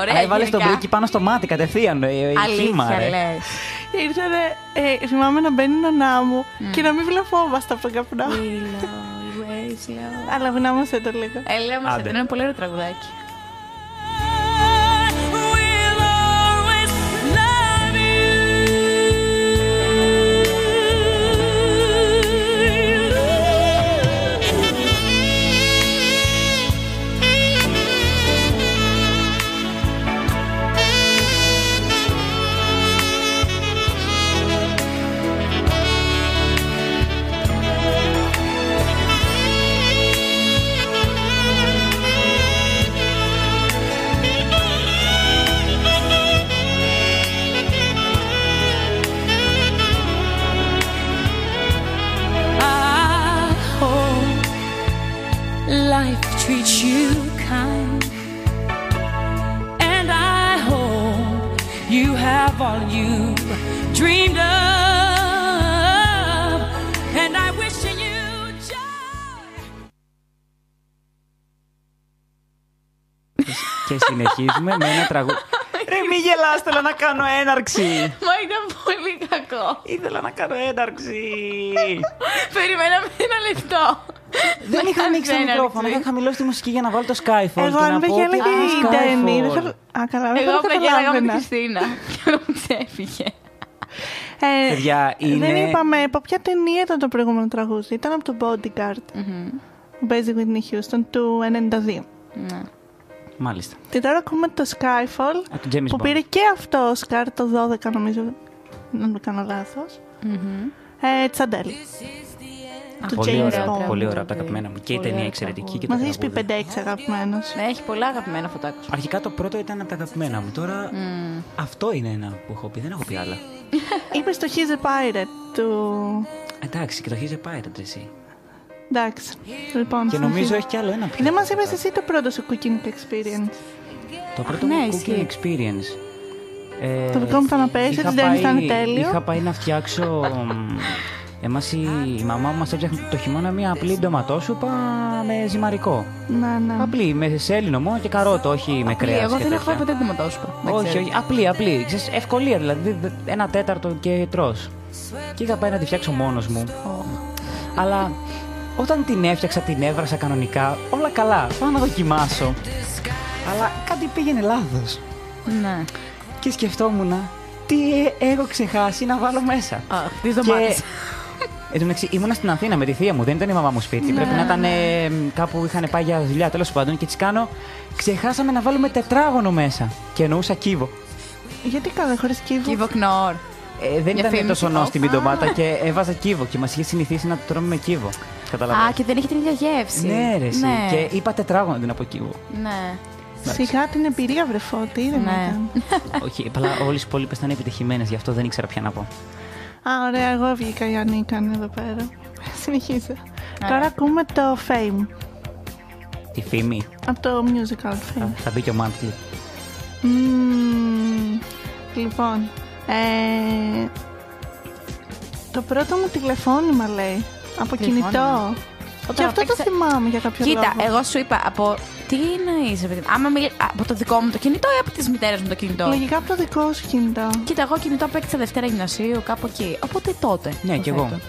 Speaker 1: Ωραία,
Speaker 2: Α, έβαλες τον
Speaker 1: γενικά.
Speaker 2: πρίκι πάνω στο μάτι κατευθείαν. ε, ε, Χύμα,
Speaker 1: Αλήθεια
Speaker 2: ρε.
Speaker 1: λες.
Speaker 3: Ήρθανε, ε, θυμάμαι να μπαίνει η νονά μου
Speaker 1: Ναι.
Speaker 3: και να μην βλαφόμαστε από τον καπνό. Αλλά βουνάμαστε το λίγο.
Speaker 1: Έλα Ε, μας,
Speaker 2: Άντε.
Speaker 1: αυτό είναι πολύ ωραίο τραγουδάκι.
Speaker 6: We'll always love I hope life treats you kind. And I hope you have all you dreamed of. And I wish you joy.
Speaker 2: Και συνεχίζουμε με ένα τραγούδι. Ρε μη γελάς, θέλω να κάνω έναρξη.
Speaker 1: Μα ήταν πολύ κακό.
Speaker 2: Ήθελα να κάνω έναρξη.
Speaker 1: Περιμέναμε ένα λεπτό.
Speaker 2: δεν είχα ανοίξει το
Speaker 1: Έναρξη.
Speaker 2: μικρόφωνο, είχα χαμηλώσει τη μουσική για να βάλω το Skyfall. και
Speaker 3: Εγώ αν
Speaker 2: να πω
Speaker 3: δεν
Speaker 2: ότι
Speaker 3: έλεγε η
Speaker 2: «Α,
Speaker 3: Ντένι. δεν
Speaker 2: Skyfall».
Speaker 3: θα- Α, καλά, δεν
Speaker 1: Εγώ
Speaker 3: θα
Speaker 1: παιδιά με την
Speaker 3: καταλάβαινα.
Speaker 1: Χριστίνα. Και μου ξέφυγε.
Speaker 3: Ε,
Speaker 2: Παιδιά,
Speaker 3: Δεν
Speaker 2: είναι-
Speaker 3: είπαμε από ποια ταινία ήταν το προηγούμενο τραγούδι. Ήταν από το Bodyguard. Που παίζει Whitney Houston του 92.
Speaker 2: Μάλιστα.
Speaker 3: Και τώρα ακούμε το Skyfall
Speaker 2: Από τον James
Speaker 3: που
Speaker 2: Bond.
Speaker 3: πήρε και αυτό ο Σκάρ το 12 νομίζω. Να μην κάνω λάθος. Ε, Τσαντέλ. Του
Speaker 2: Πολύ
Speaker 3: James
Speaker 2: ωραία,
Speaker 3: Bond.
Speaker 2: πολύ ωραία από τα αγαπημένα μου. Και η
Speaker 1: Πολύ
Speaker 2: ταινία
Speaker 1: ωραίο
Speaker 2: εξαιρετική και τα
Speaker 3: Μας έχεις πει
Speaker 2: τραγούδια.
Speaker 3: 5-6 αγαπημένο.
Speaker 1: Ναι, έχει πολλά αγαπημένα φωτάκια.
Speaker 2: Αρχικά το πρώτο ήταν από τα αγαπημένα μου. Τώρα αυτό είναι ένα που έχω πει. Δεν έχω πει άλλα.
Speaker 3: Είπες το He's a Pirate του.
Speaker 2: Εντάξει, και το He's a Pirate εσύ.
Speaker 3: Εντάξει. Λοιπόν,
Speaker 2: Και νομίζω
Speaker 3: συνεχίζω.
Speaker 2: έχει κι άλλο ένα πιο.
Speaker 3: Δεν μας είπες εσύ το πρώτο σου cooking experience.
Speaker 2: Το πρώτο
Speaker 1: ναι,
Speaker 2: μου
Speaker 1: ισχύει.
Speaker 2: cooking experience. Ε,
Speaker 3: Το δικό μου ήταν απέσιο,
Speaker 2: είχα
Speaker 3: της Ντένις ήταν
Speaker 2: πάει-
Speaker 3: τέλειο.
Speaker 2: Είχα πάει να φτιάξω. Εμάς η, η μαμά μου μα έφτιαχνε το χειμώνα μια απλή ντοματόσουπα με ζυμαρικό.
Speaker 3: Να, ναι.
Speaker 2: Απλή, με σέλινο μόνο και καρότο, όχι με κρέας.
Speaker 1: Εγώ δεν έχω φάει ποτέ δημοτόσπα.
Speaker 2: Όχι, όχι, απλή, απλή. Ξέρεις, ευκολία δηλαδή. δε- Ένα τέταρτο και τρώ. Και είχα πάει να τη φτιάξω μόνος μου. Αλλά όταν την έφτιαξα, την έβρασα κανονικά. Όλα καλά. Πάω να δοκιμάσω. Αλλά κάτι πήγαινε λάθος.
Speaker 1: Ναι.
Speaker 2: Και σκεφτόμουν τι ε- έχω ξεχάσει να βάλω μέσα.
Speaker 1: Α, τις ντομάτες.
Speaker 2: Εν τω μεταξύ, ήμουνα στην Αθήνα με τη θεία μου, δεν ήταν η μαμά μου σπίτι. Πρέπει να ήταν ε, κάπου είχαν πάει για δουλειά, τέλος πάντων. Και της κάνω. Ξεχάσαμε να βάλουμε τετράγωνο μέσα. Και εννοούσα κύβο.
Speaker 3: Γιατί καλά, χωρίς κύβο.
Speaker 1: Κύβο κνόρ.
Speaker 2: Ε, δεν
Speaker 1: Για
Speaker 2: ήταν
Speaker 1: φήμη
Speaker 2: τόσο
Speaker 1: κύβο.
Speaker 2: νόστιμη η ντομάτα και έβαζα κύβο και μας είχε συνηθίσει να το τρώμε με κύβο.
Speaker 1: Α,
Speaker 2: Καταλαβαίνω.
Speaker 1: και δεν έχει την ίδια γεύση.
Speaker 2: Ναι, ρε, εσύ.
Speaker 1: Ναι.
Speaker 2: Και είπα τετράγωνο την από κύβο.
Speaker 1: Ναι.
Speaker 3: Σιγά την εμπειρία, βρε φώτη. Δεν
Speaker 1: Ναι.
Speaker 3: ήταν.
Speaker 2: Όχι, απλά όλες οι υπόλοιπες ήταν επιτυχημένες, γι' αυτό δεν ήξερα πια να πω.
Speaker 3: Α, ωραία, εγώ βγήκα για νίκαν εδώ πέρα. Συνεχίζω. Τώρα ακούμε το Fame.
Speaker 2: Τη φήμη.
Speaker 3: Από το musical Fame.
Speaker 2: Θα μπει και ο Μάντλι.
Speaker 3: Μμμ. Λοιπόν, ε, το πρώτο μου τηλεφώνημα λέει. Από
Speaker 1: Τηλεφώνημα.
Speaker 3: κινητό. Και
Speaker 1: Όταν
Speaker 3: αυτό το
Speaker 1: απέξε-
Speaker 3: θυμάμαι για κάποιο λόγο.
Speaker 1: Κοίτα, εγώ σου είπα από. Τι εννοείς, ρε παιδί. μου? Άμα μιλ... από το δικό μου το κινητό ή από τη μητέρα μου το κινητό.
Speaker 3: Λογικά από το δικό σου κινητό.
Speaker 1: Κοίτα, εγώ κινητό παίξα Δευτέρα Γυμνασίου, κάπου εκεί. Οπότε τότε.
Speaker 2: Ναι,
Speaker 1: το
Speaker 2: κι εγώ.
Speaker 1: θέτω.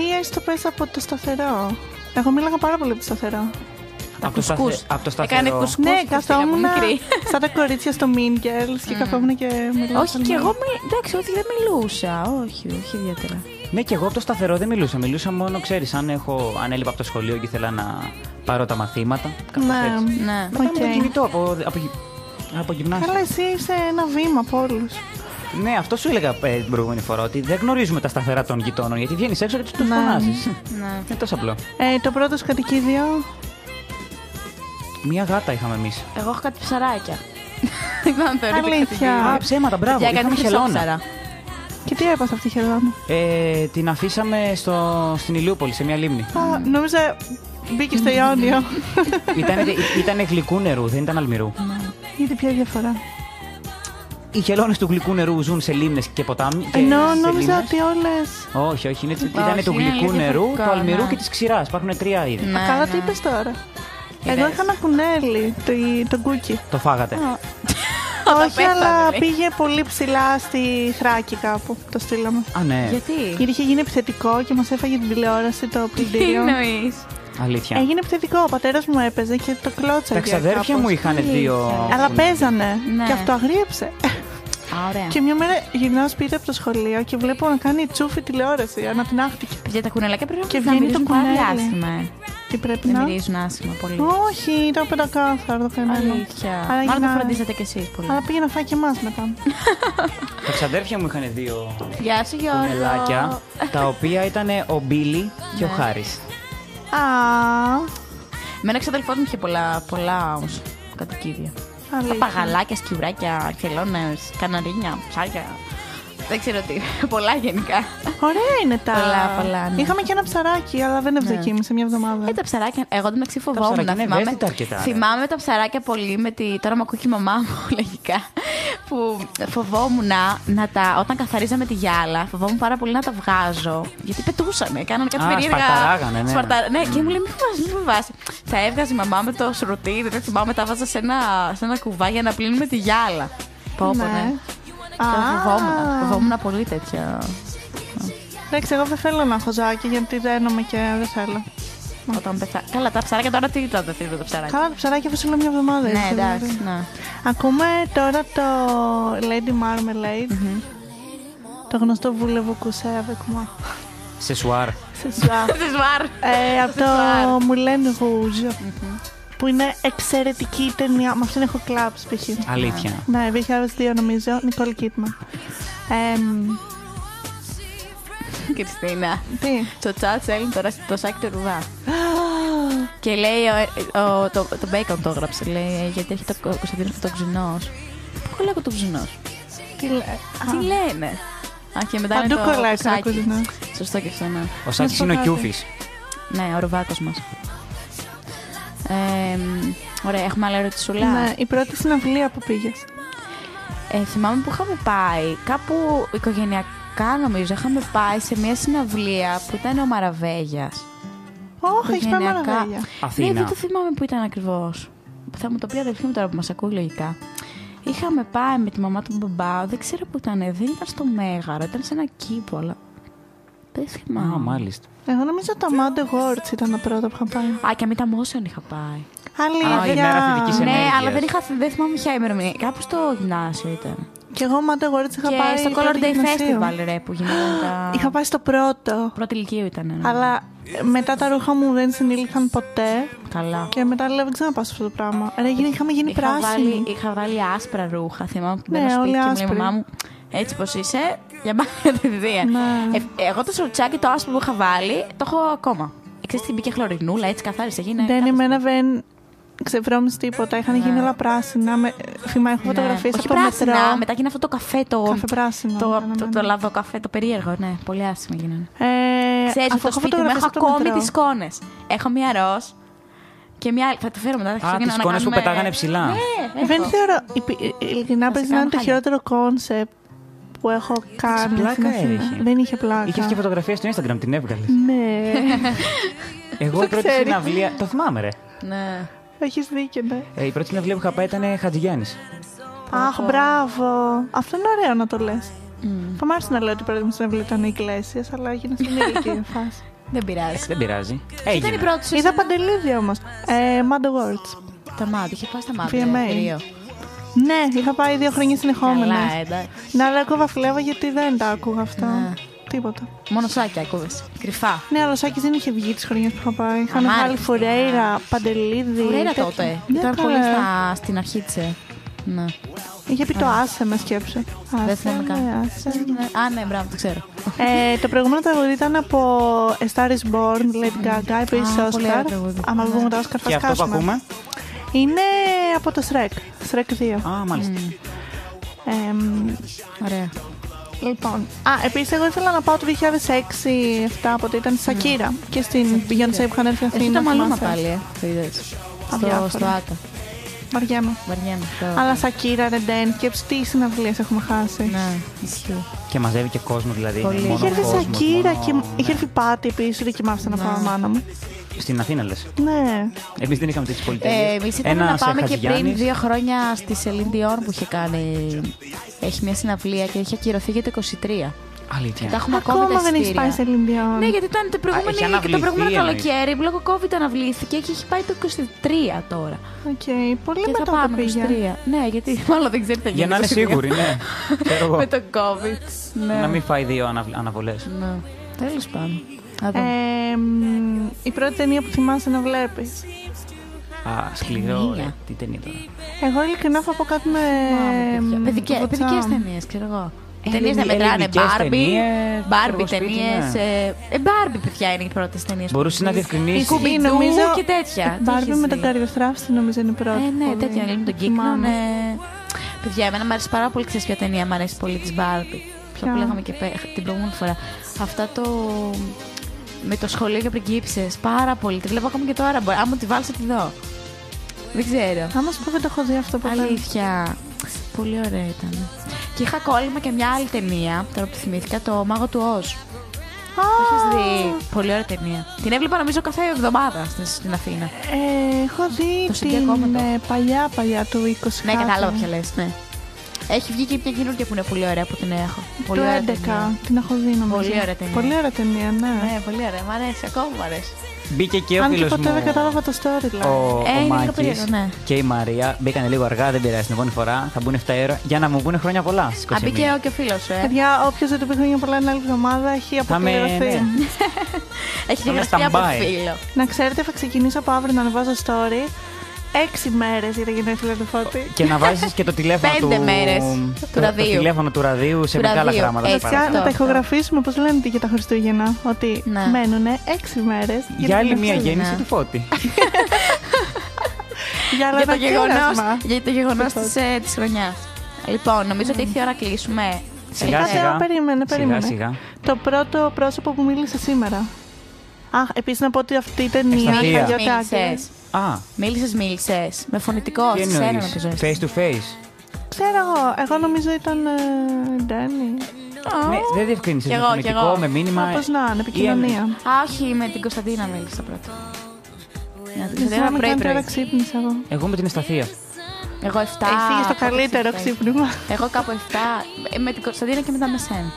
Speaker 3: Ή έστω πες από το σταθερό. Εγώ μίλαγα πάρα πολύ από το σταθερό.
Speaker 2: Από το,
Speaker 1: κουσκούς.
Speaker 2: σταθε- από το σταθερό.
Speaker 1: Έκανε κουσκούς
Speaker 3: Ναι,
Speaker 1: η Χριστίνα που
Speaker 3: καθόμουν
Speaker 1: μικρή.
Speaker 3: σαν τα κορίτσια στο Mean Girls και καθόμουν και μιλάγα.
Speaker 1: Όχι, και εγώ μι... εντάξει, όχι, δεν μιλούσα. Όχι, όχι ιδιαίτερα.
Speaker 2: Ναι, και εγώ από το σταθερό δεν μιλούσα. Μιλούσα μόνο, ξέρεις, αν, έχω... αν έλειπα από το σχολείο και ήθελα να πάρω τα μαθήματα. Κάπως
Speaker 3: Ναι.
Speaker 2: έτσι.
Speaker 1: Ναι.
Speaker 2: Μετά με το
Speaker 3: Οκ.
Speaker 2: κινητό από, από, από γυμνάσιο.
Speaker 3: Καλά, εσύ είσαι ένα βήμα από όλους.
Speaker 2: Ναι, αυτό σου έλεγα ε, την προηγούμενη φορά. Ότι δεν γνωρίζουμε τα σταθερά των γειτόνων. Γιατί βγαίνεις έξω και τους
Speaker 3: Ναι.
Speaker 2: φωνάζεις.
Speaker 1: Ναι.
Speaker 2: Είναι τόσο απλό.
Speaker 3: Ε, το πρώτο σου κατοικίδιο.
Speaker 2: Μία γάτα είχαμε εμείς.
Speaker 1: Εγώ έχω κάτι ψαράκια. Δεν θεωρείται
Speaker 3: Αλήθεια.
Speaker 1: κατοικίδιο.
Speaker 2: Α, ψέματα, μπράβο.
Speaker 1: Ε, Για
Speaker 2: είχαμε
Speaker 1: κάτι
Speaker 2: χελώνα.
Speaker 1: χρυσόψαρα.
Speaker 3: Και τι έπαθε αυτή η χελώνα.
Speaker 2: Ε, την αφήσαμε στο, στην Ηλιούπολη, σε μια λίμνη.
Speaker 3: Α, νόμιζα μπήκε στο Ιόνιο.
Speaker 2: ήταν, ήταν γλυκού νερού, δεν ήταν αλμυρού.
Speaker 3: Γιατί ποια διαφορά.
Speaker 2: Οι χελώνες του γλυκού νερού ζουν σε λίμνες και ποτάμι.
Speaker 1: Ε,
Speaker 2: και
Speaker 3: Ενώ
Speaker 2: σε
Speaker 3: νόμιζα
Speaker 2: λίμνες.
Speaker 3: ότι όλες.
Speaker 2: Όχι, όχι. Είναι, ήταν του
Speaker 1: είναι
Speaker 2: γλυκού
Speaker 1: λίγο
Speaker 2: νερού, του
Speaker 1: διαφορετικό,
Speaker 2: αλμυρού
Speaker 1: ναι.
Speaker 2: και της ξηράς. Υπάρχουν τρία είδη.
Speaker 1: Ναι,
Speaker 3: Καλά το
Speaker 1: ναι.
Speaker 3: είπες τώρα. Εγώ είχα ένα κουνέλι, το, το κούκι.
Speaker 2: Το φάγατε.
Speaker 3: Όχι, αλλά
Speaker 1: πέθανε.
Speaker 3: πήγε πολύ ψηλά στη Θράκη κάπου. Το στείλαμε.
Speaker 2: Α, ναι.
Speaker 1: Γιατί.
Speaker 3: Γιατί είχε γίνει επιθετικό και μας έφαγε την τηλεόραση το
Speaker 1: Τι
Speaker 3: πλυντήριο.
Speaker 1: εννοείς.
Speaker 2: Αλήθεια.
Speaker 1: Ε,
Speaker 3: Έγινε επιθετικό. Ο πατέρας μου έπαιζε και το κλώτσα.
Speaker 2: Τα ξαδέρφια μου είχαν δύο.
Speaker 3: Αλλά παίζανε.
Speaker 1: Ναι.
Speaker 3: Και αυτό αγρίεψε.
Speaker 1: Ωραία.
Speaker 3: και μια μέρα γυρνάω σπίτι από το σχολείο και βλέπω να κάνει τσούφι τηλεόραση. Ανατινάχτηκε.
Speaker 1: Παιδιά, τα κουνελάκια πρέπει να
Speaker 3: Και
Speaker 1: να
Speaker 3: βγαίνει
Speaker 1: μυρίζουν
Speaker 3: το
Speaker 1: πάρα
Speaker 3: κουνέλι.
Speaker 1: άσχημα, ε.
Speaker 3: Τι πρέπει
Speaker 1: Δεν
Speaker 3: να.
Speaker 1: μυρίζουν άσχημα πολύ.
Speaker 3: Όχι, ήταν πεντακάθαρο το καημένο.
Speaker 1: Αλήθεια.
Speaker 3: Άρα
Speaker 1: Μάλλον το
Speaker 3: γυρνάω.
Speaker 1: φροντίζετε κι εσείς πολύ.
Speaker 3: Αλλά πήγε να φάει και εμάς μετά.
Speaker 2: Τα ξαδέρφια μου είχαν δύο
Speaker 1: Γεια σου, Γιώργο.
Speaker 2: κουνελάκια, τα οποία ήταν ο Μπίλι
Speaker 1: Ναι.
Speaker 2: και ο Χάρης.
Speaker 3: Α,
Speaker 1: Με ένα εξαδελφό μου είχε πολλά, πολλά όμως, κατοικίδια.
Speaker 3: αλήθεια.
Speaker 1: Παγαλάκια, σκιουράκια, χελώνε, καναρίνια, ψάρια. Δεν ξέρω τι. Πολλά γενικά.
Speaker 3: Ωραία είναι τα.
Speaker 1: Πολλά, πολλά, ναι.
Speaker 3: Είχαμε και ένα ψαράκι, αλλά δεν ευδοκίμησε μια εβδομάδα.
Speaker 1: Ε, τα ψαράκια. Εγώ την μεταξύ φοβόμουν.
Speaker 2: ψαράκια είναι
Speaker 1: θυμάμαι-
Speaker 2: ευαίσθητα αρκετά, ναι. ρε.
Speaker 1: Θυμάμαι τα ψαράκια πολύ με τη. Τώρα με ακούει και η μαμά μου, λογικά. Που φοβόμουν να τα. Όταν καθαρίζαμε τη γυάλα, φοβόμουν πάρα πολύ να τα βγάζω. Γιατί πετούσανε, κάνανε κάτι
Speaker 2: Α,
Speaker 1: περίεργα.
Speaker 2: σπαρταράγανε, ναι.
Speaker 1: Σπαρτα- ναι, και μου λέει: Μην φοβάσαι, μην φοβάσαι. Τα έβγαζε η μαμά με το σροτίδι, δεν θυμάμαι, τα βάζα σε ένα, σε ένα κουβά για να πλύνουμε τη γυάλα. Πω, πω,
Speaker 3: Ναι.
Speaker 1: ναι.
Speaker 3: Α,
Speaker 1: Τώρα Φοβόμουν. Φοβόμουν πολύ τέτοια.
Speaker 3: Εντάξει, εγώ δεν θέλω να έχω ζάκι γιατί δένομαι και δεν θέλω.
Speaker 1: Όταν πεθά... Καλά, τα ψαράκια τώρα τι τα δεθύνουν τα ψαράκια.
Speaker 3: Καλά, το ψαράκι αφού σου λέω μια εβδομάδα.
Speaker 1: Ναι,
Speaker 3: έτσι,
Speaker 1: εντάξει,
Speaker 3: δηλαδή.
Speaker 1: ναι.
Speaker 3: Ακούμε τώρα το Lady Marmalade. Το γνωστό βούλευο κουσέβεκ μου.
Speaker 2: Σε σουάρ.
Speaker 3: Σε σουά.
Speaker 1: Τη βάρ.
Speaker 3: Ε, από το Moulin Rouge. Που είναι εξαιρετική ταινία. Με αυτήν έχω κλαψει π.χ.
Speaker 2: Αλήθεια.
Speaker 3: Ναι, 2002 νομίζω. Νικόλ Κίτμαν. Εμ,
Speaker 1: Κριστίνα.
Speaker 3: Τι.
Speaker 1: Στο chat στέλνει τώρα το σάκι του ρουδά. Και λέει, ο- ο- το, το Bacon το έγραψε, λέει, «Ε, γιατί έχει το ο Κωνσταντίνος και το ξυνός. Πού κολλάει το ξυνός.
Speaker 3: Τι λέει.
Speaker 1: Τι λένε. Α, και μετά είναι
Speaker 3: Παντού
Speaker 1: το
Speaker 3: κολλάει το
Speaker 1: Σάκη.
Speaker 3: κουσινό.
Speaker 1: Σωστό και αυτό, ναι.
Speaker 2: Ο Σάκης
Speaker 3: Να
Speaker 2: είναι ο
Speaker 3: σπαθάτε.
Speaker 2: Κιούφης.
Speaker 1: Ναι, ο ρουβάκος μας. Ε, μ, ωραία, έχουμε άλλη ερωτησούλα.
Speaker 3: Ναι, η πρώτη συναυλία που πήγες.
Speaker 1: Ε, θυμάμαι που είχαμε πάει κάπου οικογενειακά νομίζω. Είχαμε πάει σε μια συναυλία που ήταν ο Μαραβέγιας.
Speaker 3: Όχι, έχεις πάει
Speaker 1: Οικογενειακά.
Speaker 3: μαραβέλια.
Speaker 2: Αθήνα.
Speaker 1: Ναι, δεν το θυμάμαι που ήταν ακριβώς. Θα μου το πει η αδελφή μου τώρα που μας ακούει λογικά. Είχαμε πάει με τη μαμά του μπαμπά, δεν ξέρω που ήταν, δεν ήταν στο Μέγαρο, ήταν σε ένα κήπο, αλλά. Δεν
Speaker 2: Α,
Speaker 1: θυμάμαι.
Speaker 2: μάλιστα.
Speaker 3: Εγώ νομίζω το Amanda Awards ήταν το πρώτο που είχα πάει.
Speaker 1: Α, και αμήτα Μόσεων είχα πάει.
Speaker 2: Α, η μέρα θετικής
Speaker 3: Αλήθεια.
Speaker 2: ενέργειας.
Speaker 1: Ναι, αλλά δεν, είχα, δεν θυμάμαι ποια ημερομηνία. Κάπου στο γυμνάσιο ήταν.
Speaker 3: Και εγώ Amanda Awards είχα
Speaker 1: και
Speaker 3: πάει
Speaker 1: στο
Speaker 3: πρώτη
Speaker 1: Color Day
Speaker 3: γυμνασίου.
Speaker 1: Festival, λοιπόν. ρε, που γινόταν. τα-
Speaker 3: Είχα πάει στο πρώτο.
Speaker 1: Πρώτη ηλικίου ήταν. ναι.
Speaker 3: Αλλά ε, μετά τα ρούχα μου δεν συνήλθαν ποτέ.
Speaker 1: Καλά.
Speaker 3: Και μετά λέω δεν ξέρω να πάω σε αυτό το πράγμα. Ρε, γίνει- είχαμε γίνει
Speaker 1: Είχα
Speaker 3: πράσινοι.
Speaker 1: Βάλει, είχα βάλει άσπρα ρούχα. Θυμάμαι που
Speaker 3: Ναι,
Speaker 1: μπαίνω σπίτι
Speaker 3: όλοι
Speaker 1: και μου λέει
Speaker 3: άσπροι.
Speaker 1: η μαμά μου έτσι πως είσαι, για μάτια τη διδία.
Speaker 3: Ναι.
Speaker 1: Ε, εγώ το σορτσάκι το άσπρο που είχα βάλει το έχω ακόμα. Ε, Ξέρεις τι μπήκε χλωρινούλα, έτσι καθάρισε, έγινε. Ναι.
Speaker 3: Δεν
Speaker 1: κάθε-
Speaker 3: εμένα δεν ξεβρώμισε τίποτα. Είχαν γίνει όλα πράσινα. Με... Θυμά, έχω
Speaker 1: Ναι.
Speaker 3: φωτογραφίες
Speaker 1: Όχι
Speaker 3: από το μετρό.
Speaker 1: πράσινα, μετά γίνει αυτό το καφέ το...
Speaker 3: Καφεπράσινο
Speaker 1: Το,
Speaker 3: ήταν,
Speaker 1: το,
Speaker 3: ναι.
Speaker 1: το λαδό καφέ, το περίεργο, ναι. Πολύ άσχημα γίνανε.
Speaker 3: Ε,
Speaker 1: Ξέρεις, αυτό
Speaker 3: αυτό
Speaker 1: το
Speaker 3: έχω
Speaker 1: σπίτι μου
Speaker 3: φωτογραφίες
Speaker 1: έχω
Speaker 3: από το
Speaker 1: ακόμη
Speaker 3: μετρό.
Speaker 1: τις σκόνες. Έχω μία ροζ και μία άλλη. Θα τη φέρω μετά. θα
Speaker 2: Α,
Speaker 1: ξεκινάω
Speaker 2: τις
Speaker 1: να
Speaker 2: εικόνες που
Speaker 1: κάνουμε-
Speaker 2: πετάγανε ψηλά.
Speaker 1: Ναι,
Speaker 3: Ε, Δεν
Speaker 1: έχω.
Speaker 3: θεωρώ. υπη- ε, Ειλικρινά
Speaker 1: σε
Speaker 3: παίζει να είναι
Speaker 1: κάνω
Speaker 3: το
Speaker 1: χάλια.
Speaker 3: χειρότερο κόνσεπτ που έχω κάνει.
Speaker 2: πλάκα
Speaker 3: στην Αθήνα.
Speaker 2: έχει.
Speaker 3: Δεν είχε πλάκα.
Speaker 2: Είχες και φωτογραφία στο Instagram, την έβγαλες.
Speaker 3: Ναι.
Speaker 2: Εγώ η πρώτη
Speaker 3: ξέρεις.
Speaker 2: συναυλία. Το θυμάμαι, ρε.
Speaker 1: Ναι.
Speaker 3: Έχεις δίκιο, ναι.
Speaker 2: Ε, η πρώτη συναυλία που είχα πάει ήταν Χατζηγιάννης.
Speaker 3: Αχ, μπράβο. Αυτό είναι ωραίο να το λες. Θα μ' άρεσε να λέω ότι η πρώτη μου συναυλία ήταν οι Εκκλησίε, αλλά έγινε στην ηλικία φάση.
Speaker 1: Δεν πειράζει.
Speaker 2: Δεν πειράζει.
Speaker 1: Ήταν η
Speaker 2: Έγινε.
Speaker 1: πρώτη σου
Speaker 3: Είδα παντελίδι όμως. Ε, Mad Awards.
Speaker 1: Τα μάτια, είχε πάει στα μάτια.
Speaker 3: VMA.
Speaker 1: Δύο.
Speaker 3: Ναι, είχα πάει δύο χρόνια
Speaker 1: Καλά,
Speaker 3: συνεχόμενα.
Speaker 1: εντάξει.
Speaker 3: Ναι, αλλά εγώ βαφλεύα γιατί δεν τα άκουγα
Speaker 1: Ναι.
Speaker 3: αυτά. Τίποτα.
Speaker 1: Μόνο σάκια ακούγες. Κρυφά.
Speaker 3: Ναι, αλλά ο Σάκης δεν είχε βγει τις χρονιές που είχα πάει. Είχαν
Speaker 1: Αμάρι.
Speaker 3: βάλει Φουρέιρα, Παντελίδη.
Speaker 1: Φουρέιρα
Speaker 3: Ε, τέτοια.
Speaker 1: τότε.
Speaker 3: Ναι,
Speaker 1: Ήταν πολύ
Speaker 3: καλά.
Speaker 1: στα, στην αρχή τη. ε. Ναι.
Speaker 3: Είχε πει το άσε με σκέψε.
Speaker 1: Δεν
Speaker 3: Άσε
Speaker 1: θυμάμαι
Speaker 3: με,
Speaker 1: καν.
Speaker 3: άσε με.
Speaker 1: Ναι. Α, ναι, μπράβο, το ξέρω.
Speaker 3: Ε, το προηγούμενο τραγούδι ήταν από A Star is Born, Lady Gaga, επίση
Speaker 1: Α, πολύ ωραίο
Speaker 3: Όσκαρ.
Speaker 1: τραγούδι.
Speaker 3: Άμα
Speaker 1: Ναι.
Speaker 3: βγούμε τα Όσκαρ, θα
Speaker 2: Και αυτό που
Speaker 3: σκάσουμε.
Speaker 2: ακούμε.
Speaker 3: Είναι από το Shrek, Shrek 2.
Speaker 2: Α, μάλιστα.
Speaker 1: Mm.
Speaker 3: Εμ,
Speaker 1: Ωραία.
Speaker 3: λοιπόν, α, επίσης εγώ ήθελα να πάω το 2006-2007 από ήταν στη Σακύρα και στην Beyoncé που είχαν έρθει
Speaker 1: Ναι. Εσύ
Speaker 3: Αθήνα.
Speaker 1: τα μαλλούμα
Speaker 3: θυμάσαι.
Speaker 1: πάλι, ε. Το είδες. Στο,
Speaker 3: Αδιάφορα.
Speaker 1: στο Άκα.
Speaker 3: Βαριέμαι.
Speaker 1: Βαριέμαι. το-
Speaker 3: Αλλά Σακύρα, Ρεντέν και τι συναυλίες έχουμε χάσει.
Speaker 1: Ναι, ισχύει.
Speaker 2: Και μαζεύει και κόσμο δηλαδή.
Speaker 1: Πολύ.
Speaker 2: είναι μόνο
Speaker 3: Είχε έρθει
Speaker 2: κόσμος,
Speaker 3: Σακύρα
Speaker 2: μόνο-
Speaker 3: και είχε
Speaker 1: ναι.
Speaker 3: έρθει Πάτη επίσης, ούτε κοιμάστε να πάω μάνα μου.
Speaker 2: Στην Αθήνα λες.
Speaker 3: Ναι.
Speaker 2: Εμείς δεν είχαμε τέτοιες πολιτείες.
Speaker 1: Ε, Εμείς ήταν να πάμε και πριν δύο χρόνια στη Σελήν Dion που είχε κάνει. Έχει μια συναυλία και είχε ακυρωθεί για το 23.
Speaker 2: Αλήθεια.
Speaker 1: Τα έχουμε ακόμη,
Speaker 3: Ακόμα
Speaker 1: τα
Speaker 3: δεν έχεις
Speaker 1: εισιτήρια.
Speaker 3: πάει σε Λιμπιόν.
Speaker 1: Ναι, γιατί ήταν το προηγούμενο,
Speaker 2: έχει
Speaker 1: και το
Speaker 2: αναβληθεί,
Speaker 1: προηγούμενο
Speaker 2: εννοείς.
Speaker 1: καλοκαίρι, λόγω COVID αναβλήθηκε και έχει πάει το 23 τώρα.
Speaker 3: Οκ, πολύ
Speaker 1: και θα
Speaker 3: μετά το
Speaker 1: πάμε
Speaker 3: πήγε.
Speaker 1: 23. Ναι, γιατί μάλλον δεν ξέρετε
Speaker 2: Για να είναι σίγουροι, ναι. Ξέρω εγώ.
Speaker 1: Με το COVID. Ναι.
Speaker 2: Να μην φάει δύο αναβολές.
Speaker 1: ναι. Τέλος πάντων. Να δούμε.
Speaker 3: Ε, μ, η πρώτη ταινία που θυμάσαι να βλέπεις.
Speaker 2: Α, σκληρό.
Speaker 1: Ταινία.
Speaker 2: ρε. Τι ταινία τώρα.
Speaker 3: Εγώ ειλικρινά θα πω κάτι με.
Speaker 1: Παιδικέ
Speaker 3: το βοτσά.
Speaker 1: ταινίες, ξέρω εγώ.
Speaker 3: Ε,
Speaker 1: Οι ταινίε
Speaker 2: Ελληνι-
Speaker 1: δεν μετράνε.
Speaker 2: ελληνικές
Speaker 1: Μπάρμπι,
Speaker 3: ναι.
Speaker 2: ταινίες,
Speaker 1: Μπάρμπι
Speaker 2: Γιώργο Σπίτι,
Speaker 1: ταινίες.
Speaker 2: ναι.
Speaker 1: Μπάρμπι, παιδιά, είναι οι πρώτες ταινίες.
Speaker 2: Μπορούσες να
Speaker 3: Η
Speaker 2: διευκρινίσεις.
Speaker 3: κουμπί
Speaker 1: Σκουμπιντού
Speaker 3: νομίζω.
Speaker 1: και τέτοια. Τι
Speaker 3: Μπάρμπι
Speaker 1: έχεις
Speaker 3: με
Speaker 1: δει?
Speaker 3: τον καρδιοθράφτη νομίζω είναι η πρώτη.
Speaker 1: Ε, ναι,
Speaker 3: που
Speaker 1: τέτοια είναι με τον κύκλο.
Speaker 3: θυμάμαι.
Speaker 1: Ναι. Παιδιά, εμένα μου αρέσει πάρα πολύ. Ξέρεις ποια ταινία μου αρέσει πολύ της Μπάρμπι. Ποια που
Speaker 3: Ποια?
Speaker 1: λέγαμε και πέ- την προηγούμενη φορά. Αυτά το. με το σχολείο για πριγκίψε. Πάρα πολύ. Τη βλέπω ακόμα και τώρα. Μπορεί- Αν μου τη βάλεις, θα τη δω. Δεν ξέρω.
Speaker 3: Άμα σου πω δεν το έχω δει αυτό ποτέ.
Speaker 1: Αλήθεια. Πολύ ωραία ήταν. Και είχα κόλλημα και μια άλλη ταινία, τώρα που θυμήθηκα, το Μάγο του Όζ. Έχεις δει. Πολύ ωραία ταινία. Την έβλεπα νομίζω κάθε εβδομάδα στην, στην Αθήνα.
Speaker 3: Ε, έχω δει
Speaker 1: Το CD ακόμα
Speaker 3: την
Speaker 1: το.
Speaker 3: ε, παλιά παλιά του 20
Speaker 1: Ναι,
Speaker 3: κάτι.
Speaker 1: κατάλαβα ποια λες. Ναι. Έχει βγει και μια καινούργια που είναι πολύ ωραία που την έχω.
Speaker 3: Του
Speaker 1: Πολύ ωραία
Speaker 3: 11.
Speaker 1: ταινία.
Speaker 3: Την έχω δει νομίζω.
Speaker 1: Πολύ ωραία ταινία.
Speaker 3: Πολύ ωραία ταινία, ναι.
Speaker 1: Ναι, πολύ ωραία. Μ' αρέσει, ακόμα μ' αρέσει.
Speaker 2: Μπήκε και ο
Speaker 3: Αν και
Speaker 2: φίλος
Speaker 3: ποτέ
Speaker 2: μου.
Speaker 3: δεν κατάλαβα το
Speaker 2: Ο,
Speaker 3: storyline.
Speaker 2: ο
Speaker 1: Ε, είναι λίγο
Speaker 2: Μάκης
Speaker 1: περίεργο, ναι.
Speaker 2: και η Μαρία μπήκαν λίγο αργά, δεν πειράζει. Την επόμενη φορά θα μπουν 7 ώρα για να μου πούνε χρόνια πολλά. στις 21.
Speaker 1: Α, μπήκε ο και ο φίλος σου, ε.
Speaker 3: Παιδιά, όποιος δεν του πει χρόνια πολλά την άλλη εβδομάδα έχει
Speaker 2: Θα με-
Speaker 3: αποκλειρωθεί.
Speaker 2: ναι.
Speaker 1: Έχει
Speaker 2: με
Speaker 1: γραφτεί από
Speaker 2: standby.
Speaker 1: φίλο.
Speaker 3: Να ξέρετε, θα ξεκινήσω από αύριο να ανεβάζω story. Έξι μέρες για τα γενέθλια του Φώτη.
Speaker 2: Και να βάζεις και το τηλέφωνο
Speaker 1: Πέντε
Speaker 2: του.
Speaker 1: μέρες του
Speaker 2: το- Το
Speaker 1: ραδίου.
Speaker 2: τηλέφωνο του ραδίου σε
Speaker 1: Του
Speaker 2: μεγάλα
Speaker 1: ραδίου.
Speaker 2: γράμματα.
Speaker 1: Έτσι,
Speaker 2: παρακαλώ.
Speaker 3: Φυσικά
Speaker 1: αυτό,
Speaker 3: να τα
Speaker 1: αυτό.
Speaker 3: ηχογραφήσουμε, πώ λένε και για τα Χριστούγεννα. Ότι
Speaker 1: Ναι.
Speaker 3: μένουν έξι μέρες.
Speaker 2: Για άλλη μία γέννηση
Speaker 1: Ναι.
Speaker 2: του φώτη.
Speaker 3: Για άλλο
Speaker 1: για το
Speaker 3: ένα
Speaker 1: γεγονός,
Speaker 3: κούρασμα.
Speaker 1: για το γεγονός της, ε, της χρονιάς. Λοιπόν, νομίζω ότι ήρθε η ώρα να κλείσουμε.
Speaker 2: Σιγά
Speaker 3: Κάτι άλλο,
Speaker 2: σιγά.
Speaker 3: περίμενε, περίμενε.
Speaker 2: Σιγά σιγά.
Speaker 3: Το πρώτο πρόσωπο που μίλησε σήμερα. Α, επίσης να πω ότι αυτή η ταινία
Speaker 2: Ευσταθία.
Speaker 3: είχα
Speaker 2: Μίλησες.
Speaker 3: γιορτάσει.
Speaker 1: Μίλησες,
Speaker 2: Α,
Speaker 1: μίλησες, μίλησες. Με φωνητικό,
Speaker 2: τι
Speaker 1: σε έναν
Speaker 2: εννοεί.
Speaker 1: επιζώτη.
Speaker 2: Face to face.
Speaker 3: Ξέρω εγώ, εγώ νομίζω ήταν. ε, Ντένι.
Speaker 2: Ναι, δεν διευκρίνησες.
Speaker 1: Κι
Speaker 2: Με
Speaker 1: εγώ, κι
Speaker 2: φωνητικό,
Speaker 1: εγώ.
Speaker 2: με μήνυμα.
Speaker 3: Όπως να είναι, επικοινωνία.
Speaker 1: Α, όχι, με την Κωνσταντίνα μίλησα πρώτα. Ναι, την
Speaker 3: Δεν ξέρω
Speaker 1: Κωνσταντίνα
Speaker 3: αν
Speaker 1: πρωί
Speaker 3: κάνει τώρα
Speaker 1: πρωί.
Speaker 3: ξύπνησα εγώ.
Speaker 2: Εγώ με την Ευσταθία.
Speaker 1: Εγώ 7.
Speaker 3: Εσύ πήγες στο
Speaker 1: κάπου
Speaker 3: καλύτερο
Speaker 1: έτσι,
Speaker 3: ξύπνημα.
Speaker 1: Εγώ κάπου 7. ε, Με την Κωνσταντίνα και μετά με σένα.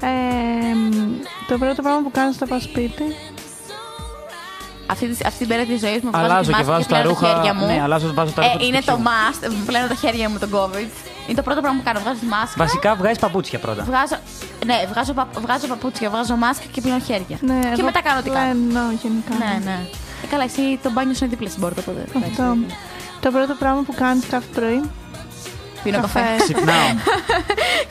Speaker 3: Ε, μ, το πρώτο πράγμα που κάνω στο πάω σπίτι.
Speaker 1: Αυτή, τη- αυτή την πέρα της ζωής μου βγάζω
Speaker 2: Αλλάζω
Speaker 1: τη
Speaker 2: και
Speaker 1: μάσκα
Speaker 2: βάζω
Speaker 1: και
Speaker 2: τα
Speaker 1: πλένω τα χέρια
Speaker 2: ρούχα.
Speaker 1: μου.
Speaker 2: Ναι, αλλάζω, βάζω τα
Speaker 1: Ε,
Speaker 2: ρούχα. του
Speaker 1: είναι το must.
Speaker 2: σπιτιού.
Speaker 1: Πλένω τα χέρια μου τον COVID. Είναι το πρώτο πράγμα που κάνω. Βγάζω τη μάσκα.
Speaker 2: Βασικά βγάζεις παπούτσια πρώτα.
Speaker 1: Βγάζω, ναι, βγάζω, πα- βγάζω παπούτσια, βγάζω μάσκα και πλένω χέρια.
Speaker 3: Ναι,
Speaker 1: και
Speaker 3: εγώ
Speaker 1: μετά κάνω τι κάνω.
Speaker 3: Πλένω γενικά.
Speaker 1: Ναι, ναι. Ε, καλά, εσύ το μπάνιο σου είναι δίπλα στην πόρτα. Οπότε, εντάξει,
Speaker 3: Αυτό.
Speaker 1: ναι.
Speaker 3: Το πρώτο πράγμα που κάνεις κάθε πρωί.
Speaker 1: Πίνω καφέ.
Speaker 2: Ξυπνάω.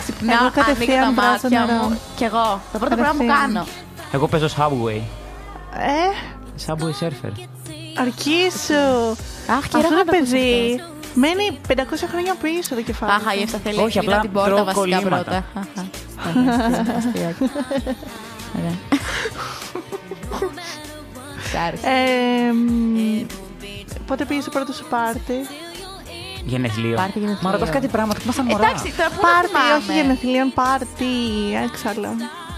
Speaker 1: Ξυπνάω,
Speaker 3: Εγώ
Speaker 1: ανοίγω τα
Speaker 3: κατευθείαν βάζω
Speaker 1: μάτια
Speaker 3: νερό.
Speaker 1: μου. Κι εγώ. Το πρώτο πράγμα που
Speaker 3: Κατευθείαν.
Speaker 1: κάνω.
Speaker 2: Εγώ παίζω Subway.
Speaker 3: Ε,
Speaker 2: Subway Surfer.
Speaker 3: αρκεί σου.
Speaker 1: Αχ, και
Speaker 3: Αυτό
Speaker 1: ράγα
Speaker 3: το
Speaker 1: τα
Speaker 3: παιδί μένει 500 χρόνια πίσω το κεφάλι.
Speaker 1: Αχα,
Speaker 3: του.
Speaker 1: η Εύσα θέλει
Speaker 2: Όχι,
Speaker 1: να
Speaker 2: απλά
Speaker 1: την πόρτα
Speaker 2: τρώω
Speaker 1: βασικά
Speaker 2: κολλήματα.
Speaker 1: πρώτα. Αχα. Ωραία, αστείακι. Ωραία. Σ' άρεσε.
Speaker 3: Ε, μ, πότε πήγε στο πρώτο σου πάρτι.
Speaker 2: Γενεθλίο.
Speaker 1: Πάρτε γενεθλίο.
Speaker 2: Μα ρωτάς κάτι πράγματα που ήμασταν μωρά.
Speaker 1: Ε, Εντάξει, τώρα πού να
Speaker 3: Πάρτι,
Speaker 1: θυμάμαι.
Speaker 3: όχι γενεθλίων, πάρτι. Έξαλλο.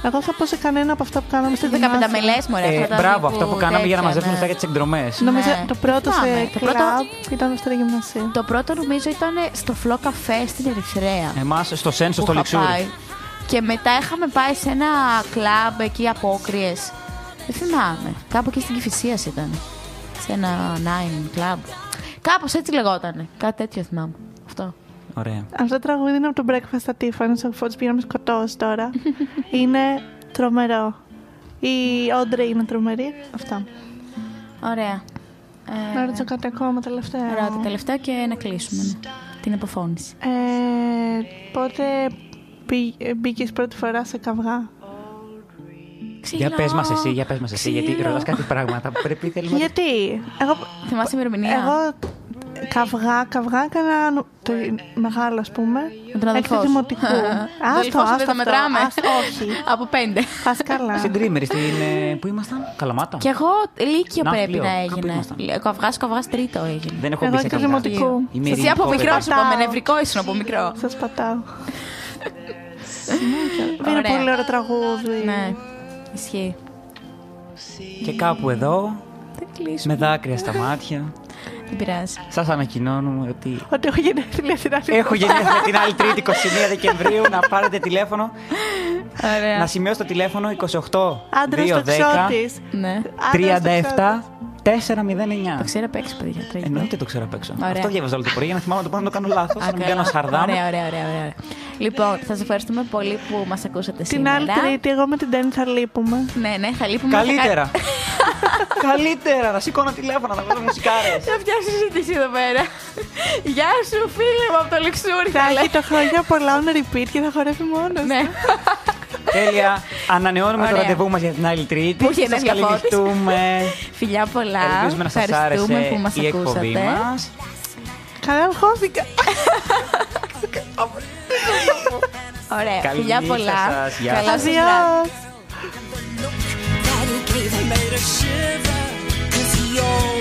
Speaker 3: Εγώ θα πω σε κανένα από αυτά που κάναμε στη
Speaker 1: Στις 15
Speaker 3: γυμνάσια.
Speaker 1: μελές, μωρέ.
Speaker 2: Ε,
Speaker 1: αυτά τα
Speaker 2: μπράβο,
Speaker 1: τύπου
Speaker 2: αυτό που κάναμε για να
Speaker 1: τέτοια,
Speaker 2: μαζεύουμε
Speaker 1: ναι.
Speaker 2: μετά για τις εκδρομές.
Speaker 3: Νομίζω
Speaker 1: Ναι.
Speaker 3: το πρώτο
Speaker 1: Θυμάμαι.
Speaker 3: σε
Speaker 1: Το
Speaker 3: κλαμπ
Speaker 1: πρώτο-
Speaker 3: ήταν στο γυμνασίου.
Speaker 1: Το πρώτο νομίζω ήταν στο φλό καφέ στην Ερυθρέα.
Speaker 2: Εμάς στο Σένσο,
Speaker 1: που
Speaker 2: στο
Speaker 1: είχα
Speaker 2: Λιξούρι.
Speaker 1: πάει. Και μετά είχαμε πάει σε ένα κλαμπ εκεί απόκριε. Δεν θυμάμαι. Κάπου εκεί στην Κυφυσίας ήταν. Σε ένα nine club. Κάπως έτσι λεγότανε. Κάτι τέτοιο θυμάμαι. Αυτό.
Speaker 2: Ωραία.
Speaker 3: Αυτό το τραγούδι είναι από το Breakfast at Tiffany's. Ο Φώτης πήγε να με σκοτώσει τώρα. είναι τρομερό. Η Όντρε είναι τρομερή. Αυτά.
Speaker 1: Ωραία. Ε,
Speaker 3: Να ρωτήσω κάτι ακόμα τελευταίο.
Speaker 1: Ωραία, το τελευταίο και να κλείσουμε. ναι. την αποφώνηση.
Speaker 3: Ε, πότε μπήκε πρώτη φορά σε καυγά.
Speaker 2: Για πες μας εσύ, για πες μας εσύ, γιατί
Speaker 3: Ξύλο.
Speaker 2: ρωτάς κάτι πράγματα που πρέπει θέλουμε. να-
Speaker 3: Γιατί. Εγώ,
Speaker 1: Θυμάσαι ημερομηνία.
Speaker 3: εγώ καυγά, καυγά έκανα νο- το μεγάλο, ας πούμε.
Speaker 1: Με τον αδελφό.
Speaker 3: Έκτη
Speaker 1: σου.
Speaker 3: δημοτικού.
Speaker 1: Τον
Speaker 3: Άστο,
Speaker 1: αδελφό σου
Speaker 3: άστο
Speaker 1: δεν
Speaker 3: αυτό,
Speaker 1: το μετράμε.
Speaker 3: άστο, όχι.
Speaker 1: Από πέντε.
Speaker 3: Πας καλά.
Speaker 2: Στην Τρίμερη, στην. ε, Πού ήμασταν, Καλαμάτα.
Speaker 1: Κι εγώ λύκειο
Speaker 2: Να,
Speaker 1: πρέπει
Speaker 2: πλέον.
Speaker 1: να
Speaker 2: Κάπου
Speaker 1: έγινε.
Speaker 2: ήμασταν.
Speaker 1: Καυγά, καυγά τρίτο έγινε.
Speaker 2: Δεν έχω
Speaker 3: Εγώ
Speaker 2: μπει σε
Speaker 3: έκανα
Speaker 2: καμιά.
Speaker 3: δημοτικού.
Speaker 2: Η Μυρίνη
Speaker 1: Εσύ από
Speaker 2: κόβεται.
Speaker 1: μικρό σου είπαμε,
Speaker 3: Πατάω.
Speaker 1: νευρικό ήσουν από μικρό.
Speaker 3: Σας πατάω. Είναι
Speaker 1: Ωραία.
Speaker 3: πολύ ωραίο τραγούδι.
Speaker 1: Ναι, ισχύει.
Speaker 2: Και κάπου εδώ,
Speaker 1: Δεν κλείσουμε.
Speaker 2: με δάκρυα στα μάτια,
Speaker 1: Δεν πειράζει.
Speaker 2: σας ανακοινώνουμε ότι
Speaker 3: Ότι έχω γενέθλια την άλλη.
Speaker 2: έχω γενέθλια την άλλη Τρίτη 21 Δεκεμβρίου. Να πάρετε τηλέφωνο, να
Speaker 1: Ωραία.
Speaker 2: σημειώσω το τηλέφωνο 28
Speaker 3: Άντρας
Speaker 2: 210
Speaker 3: τοξότης.
Speaker 1: Ναι.
Speaker 3: Άντρας
Speaker 2: 37
Speaker 1: Το
Speaker 2: 409.
Speaker 1: ξέρω απ' έξω, παιδιά. τραγικό.
Speaker 2: Ε, Εννοείται το ξέρω απ' έξω.
Speaker 1: Ωραία.
Speaker 2: Αυτό διάβαζα όλο το πρωί για να θυμάμαι να το πάνω να το κάνω λάθος.
Speaker 1: Α,
Speaker 2: Να μην
Speaker 1: καλά.
Speaker 2: κάνω σαρδάμ.
Speaker 1: Ωραία, ωραία, ωραία, ωραία. Λοιπόν, σας ευχαριστούμε πολύ που μας ακούσατε
Speaker 3: Την
Speaker 1: σήμερα.
Speaker 3: άλλη Τρίτη, εγώ με την Τέννη θα λείπουμε.
Speaker 1: Ναι, ναι, θα λείπουμε.
Speaker 2: Καλύτερα.
Speaker 1: Ε,
Speaker 2: Καλύτερα να σηκώνω τηλέφωνα, να βάζω μουσικάρε.
Speaker 1: Ε, Θα φτιάξει συζήτηση εδώ πέρα. Γεια σου, φίλε μου από το Λεξούρι.
Speaker 3: Θα
Speaker 1: θα λέει.
Speaker 3: έχει το χρόνια πολλά on repeat και θα χορεύει μόνος.
Speaker 1: Ναι.
Speaker 2: Τέλεια. Ανανεώνουμε
Speaker 1: Ωραία.
Speaker 2: το ραντεβού μας για την άλλη Τρίτη.
Speaker 1: Πού είχε
Speaker 2: Σας
Speaker 1: ένα διαφώτης.
Speaker 2: καληνυχτούμε.
Speaker 1: Φιλιά πολλά.
Speaker 2: Ελπίζουμε να σας άρεσε
Speaker 1: Ευχαριστούμε που μας
Speaker 2: η εκπομπή
Speaker 1: ακούσατε.
Speaker 2: μας.
Speaker 3: Καλά, αγχώθηκα.
Speaker 1: Ωραία.
Speaker 2: Καλή
Speaker 1: Φιλιά
Speaker 2: νύχτα
Speaker 1: πολλά.
Speaker 2: σας. Γεια
Speaker 1: Καλά σας βράδυ.
Speaker 3: Adiós.
Speaker 4: That he gave her made her shiver. Cause he always "Uh-huh, uh,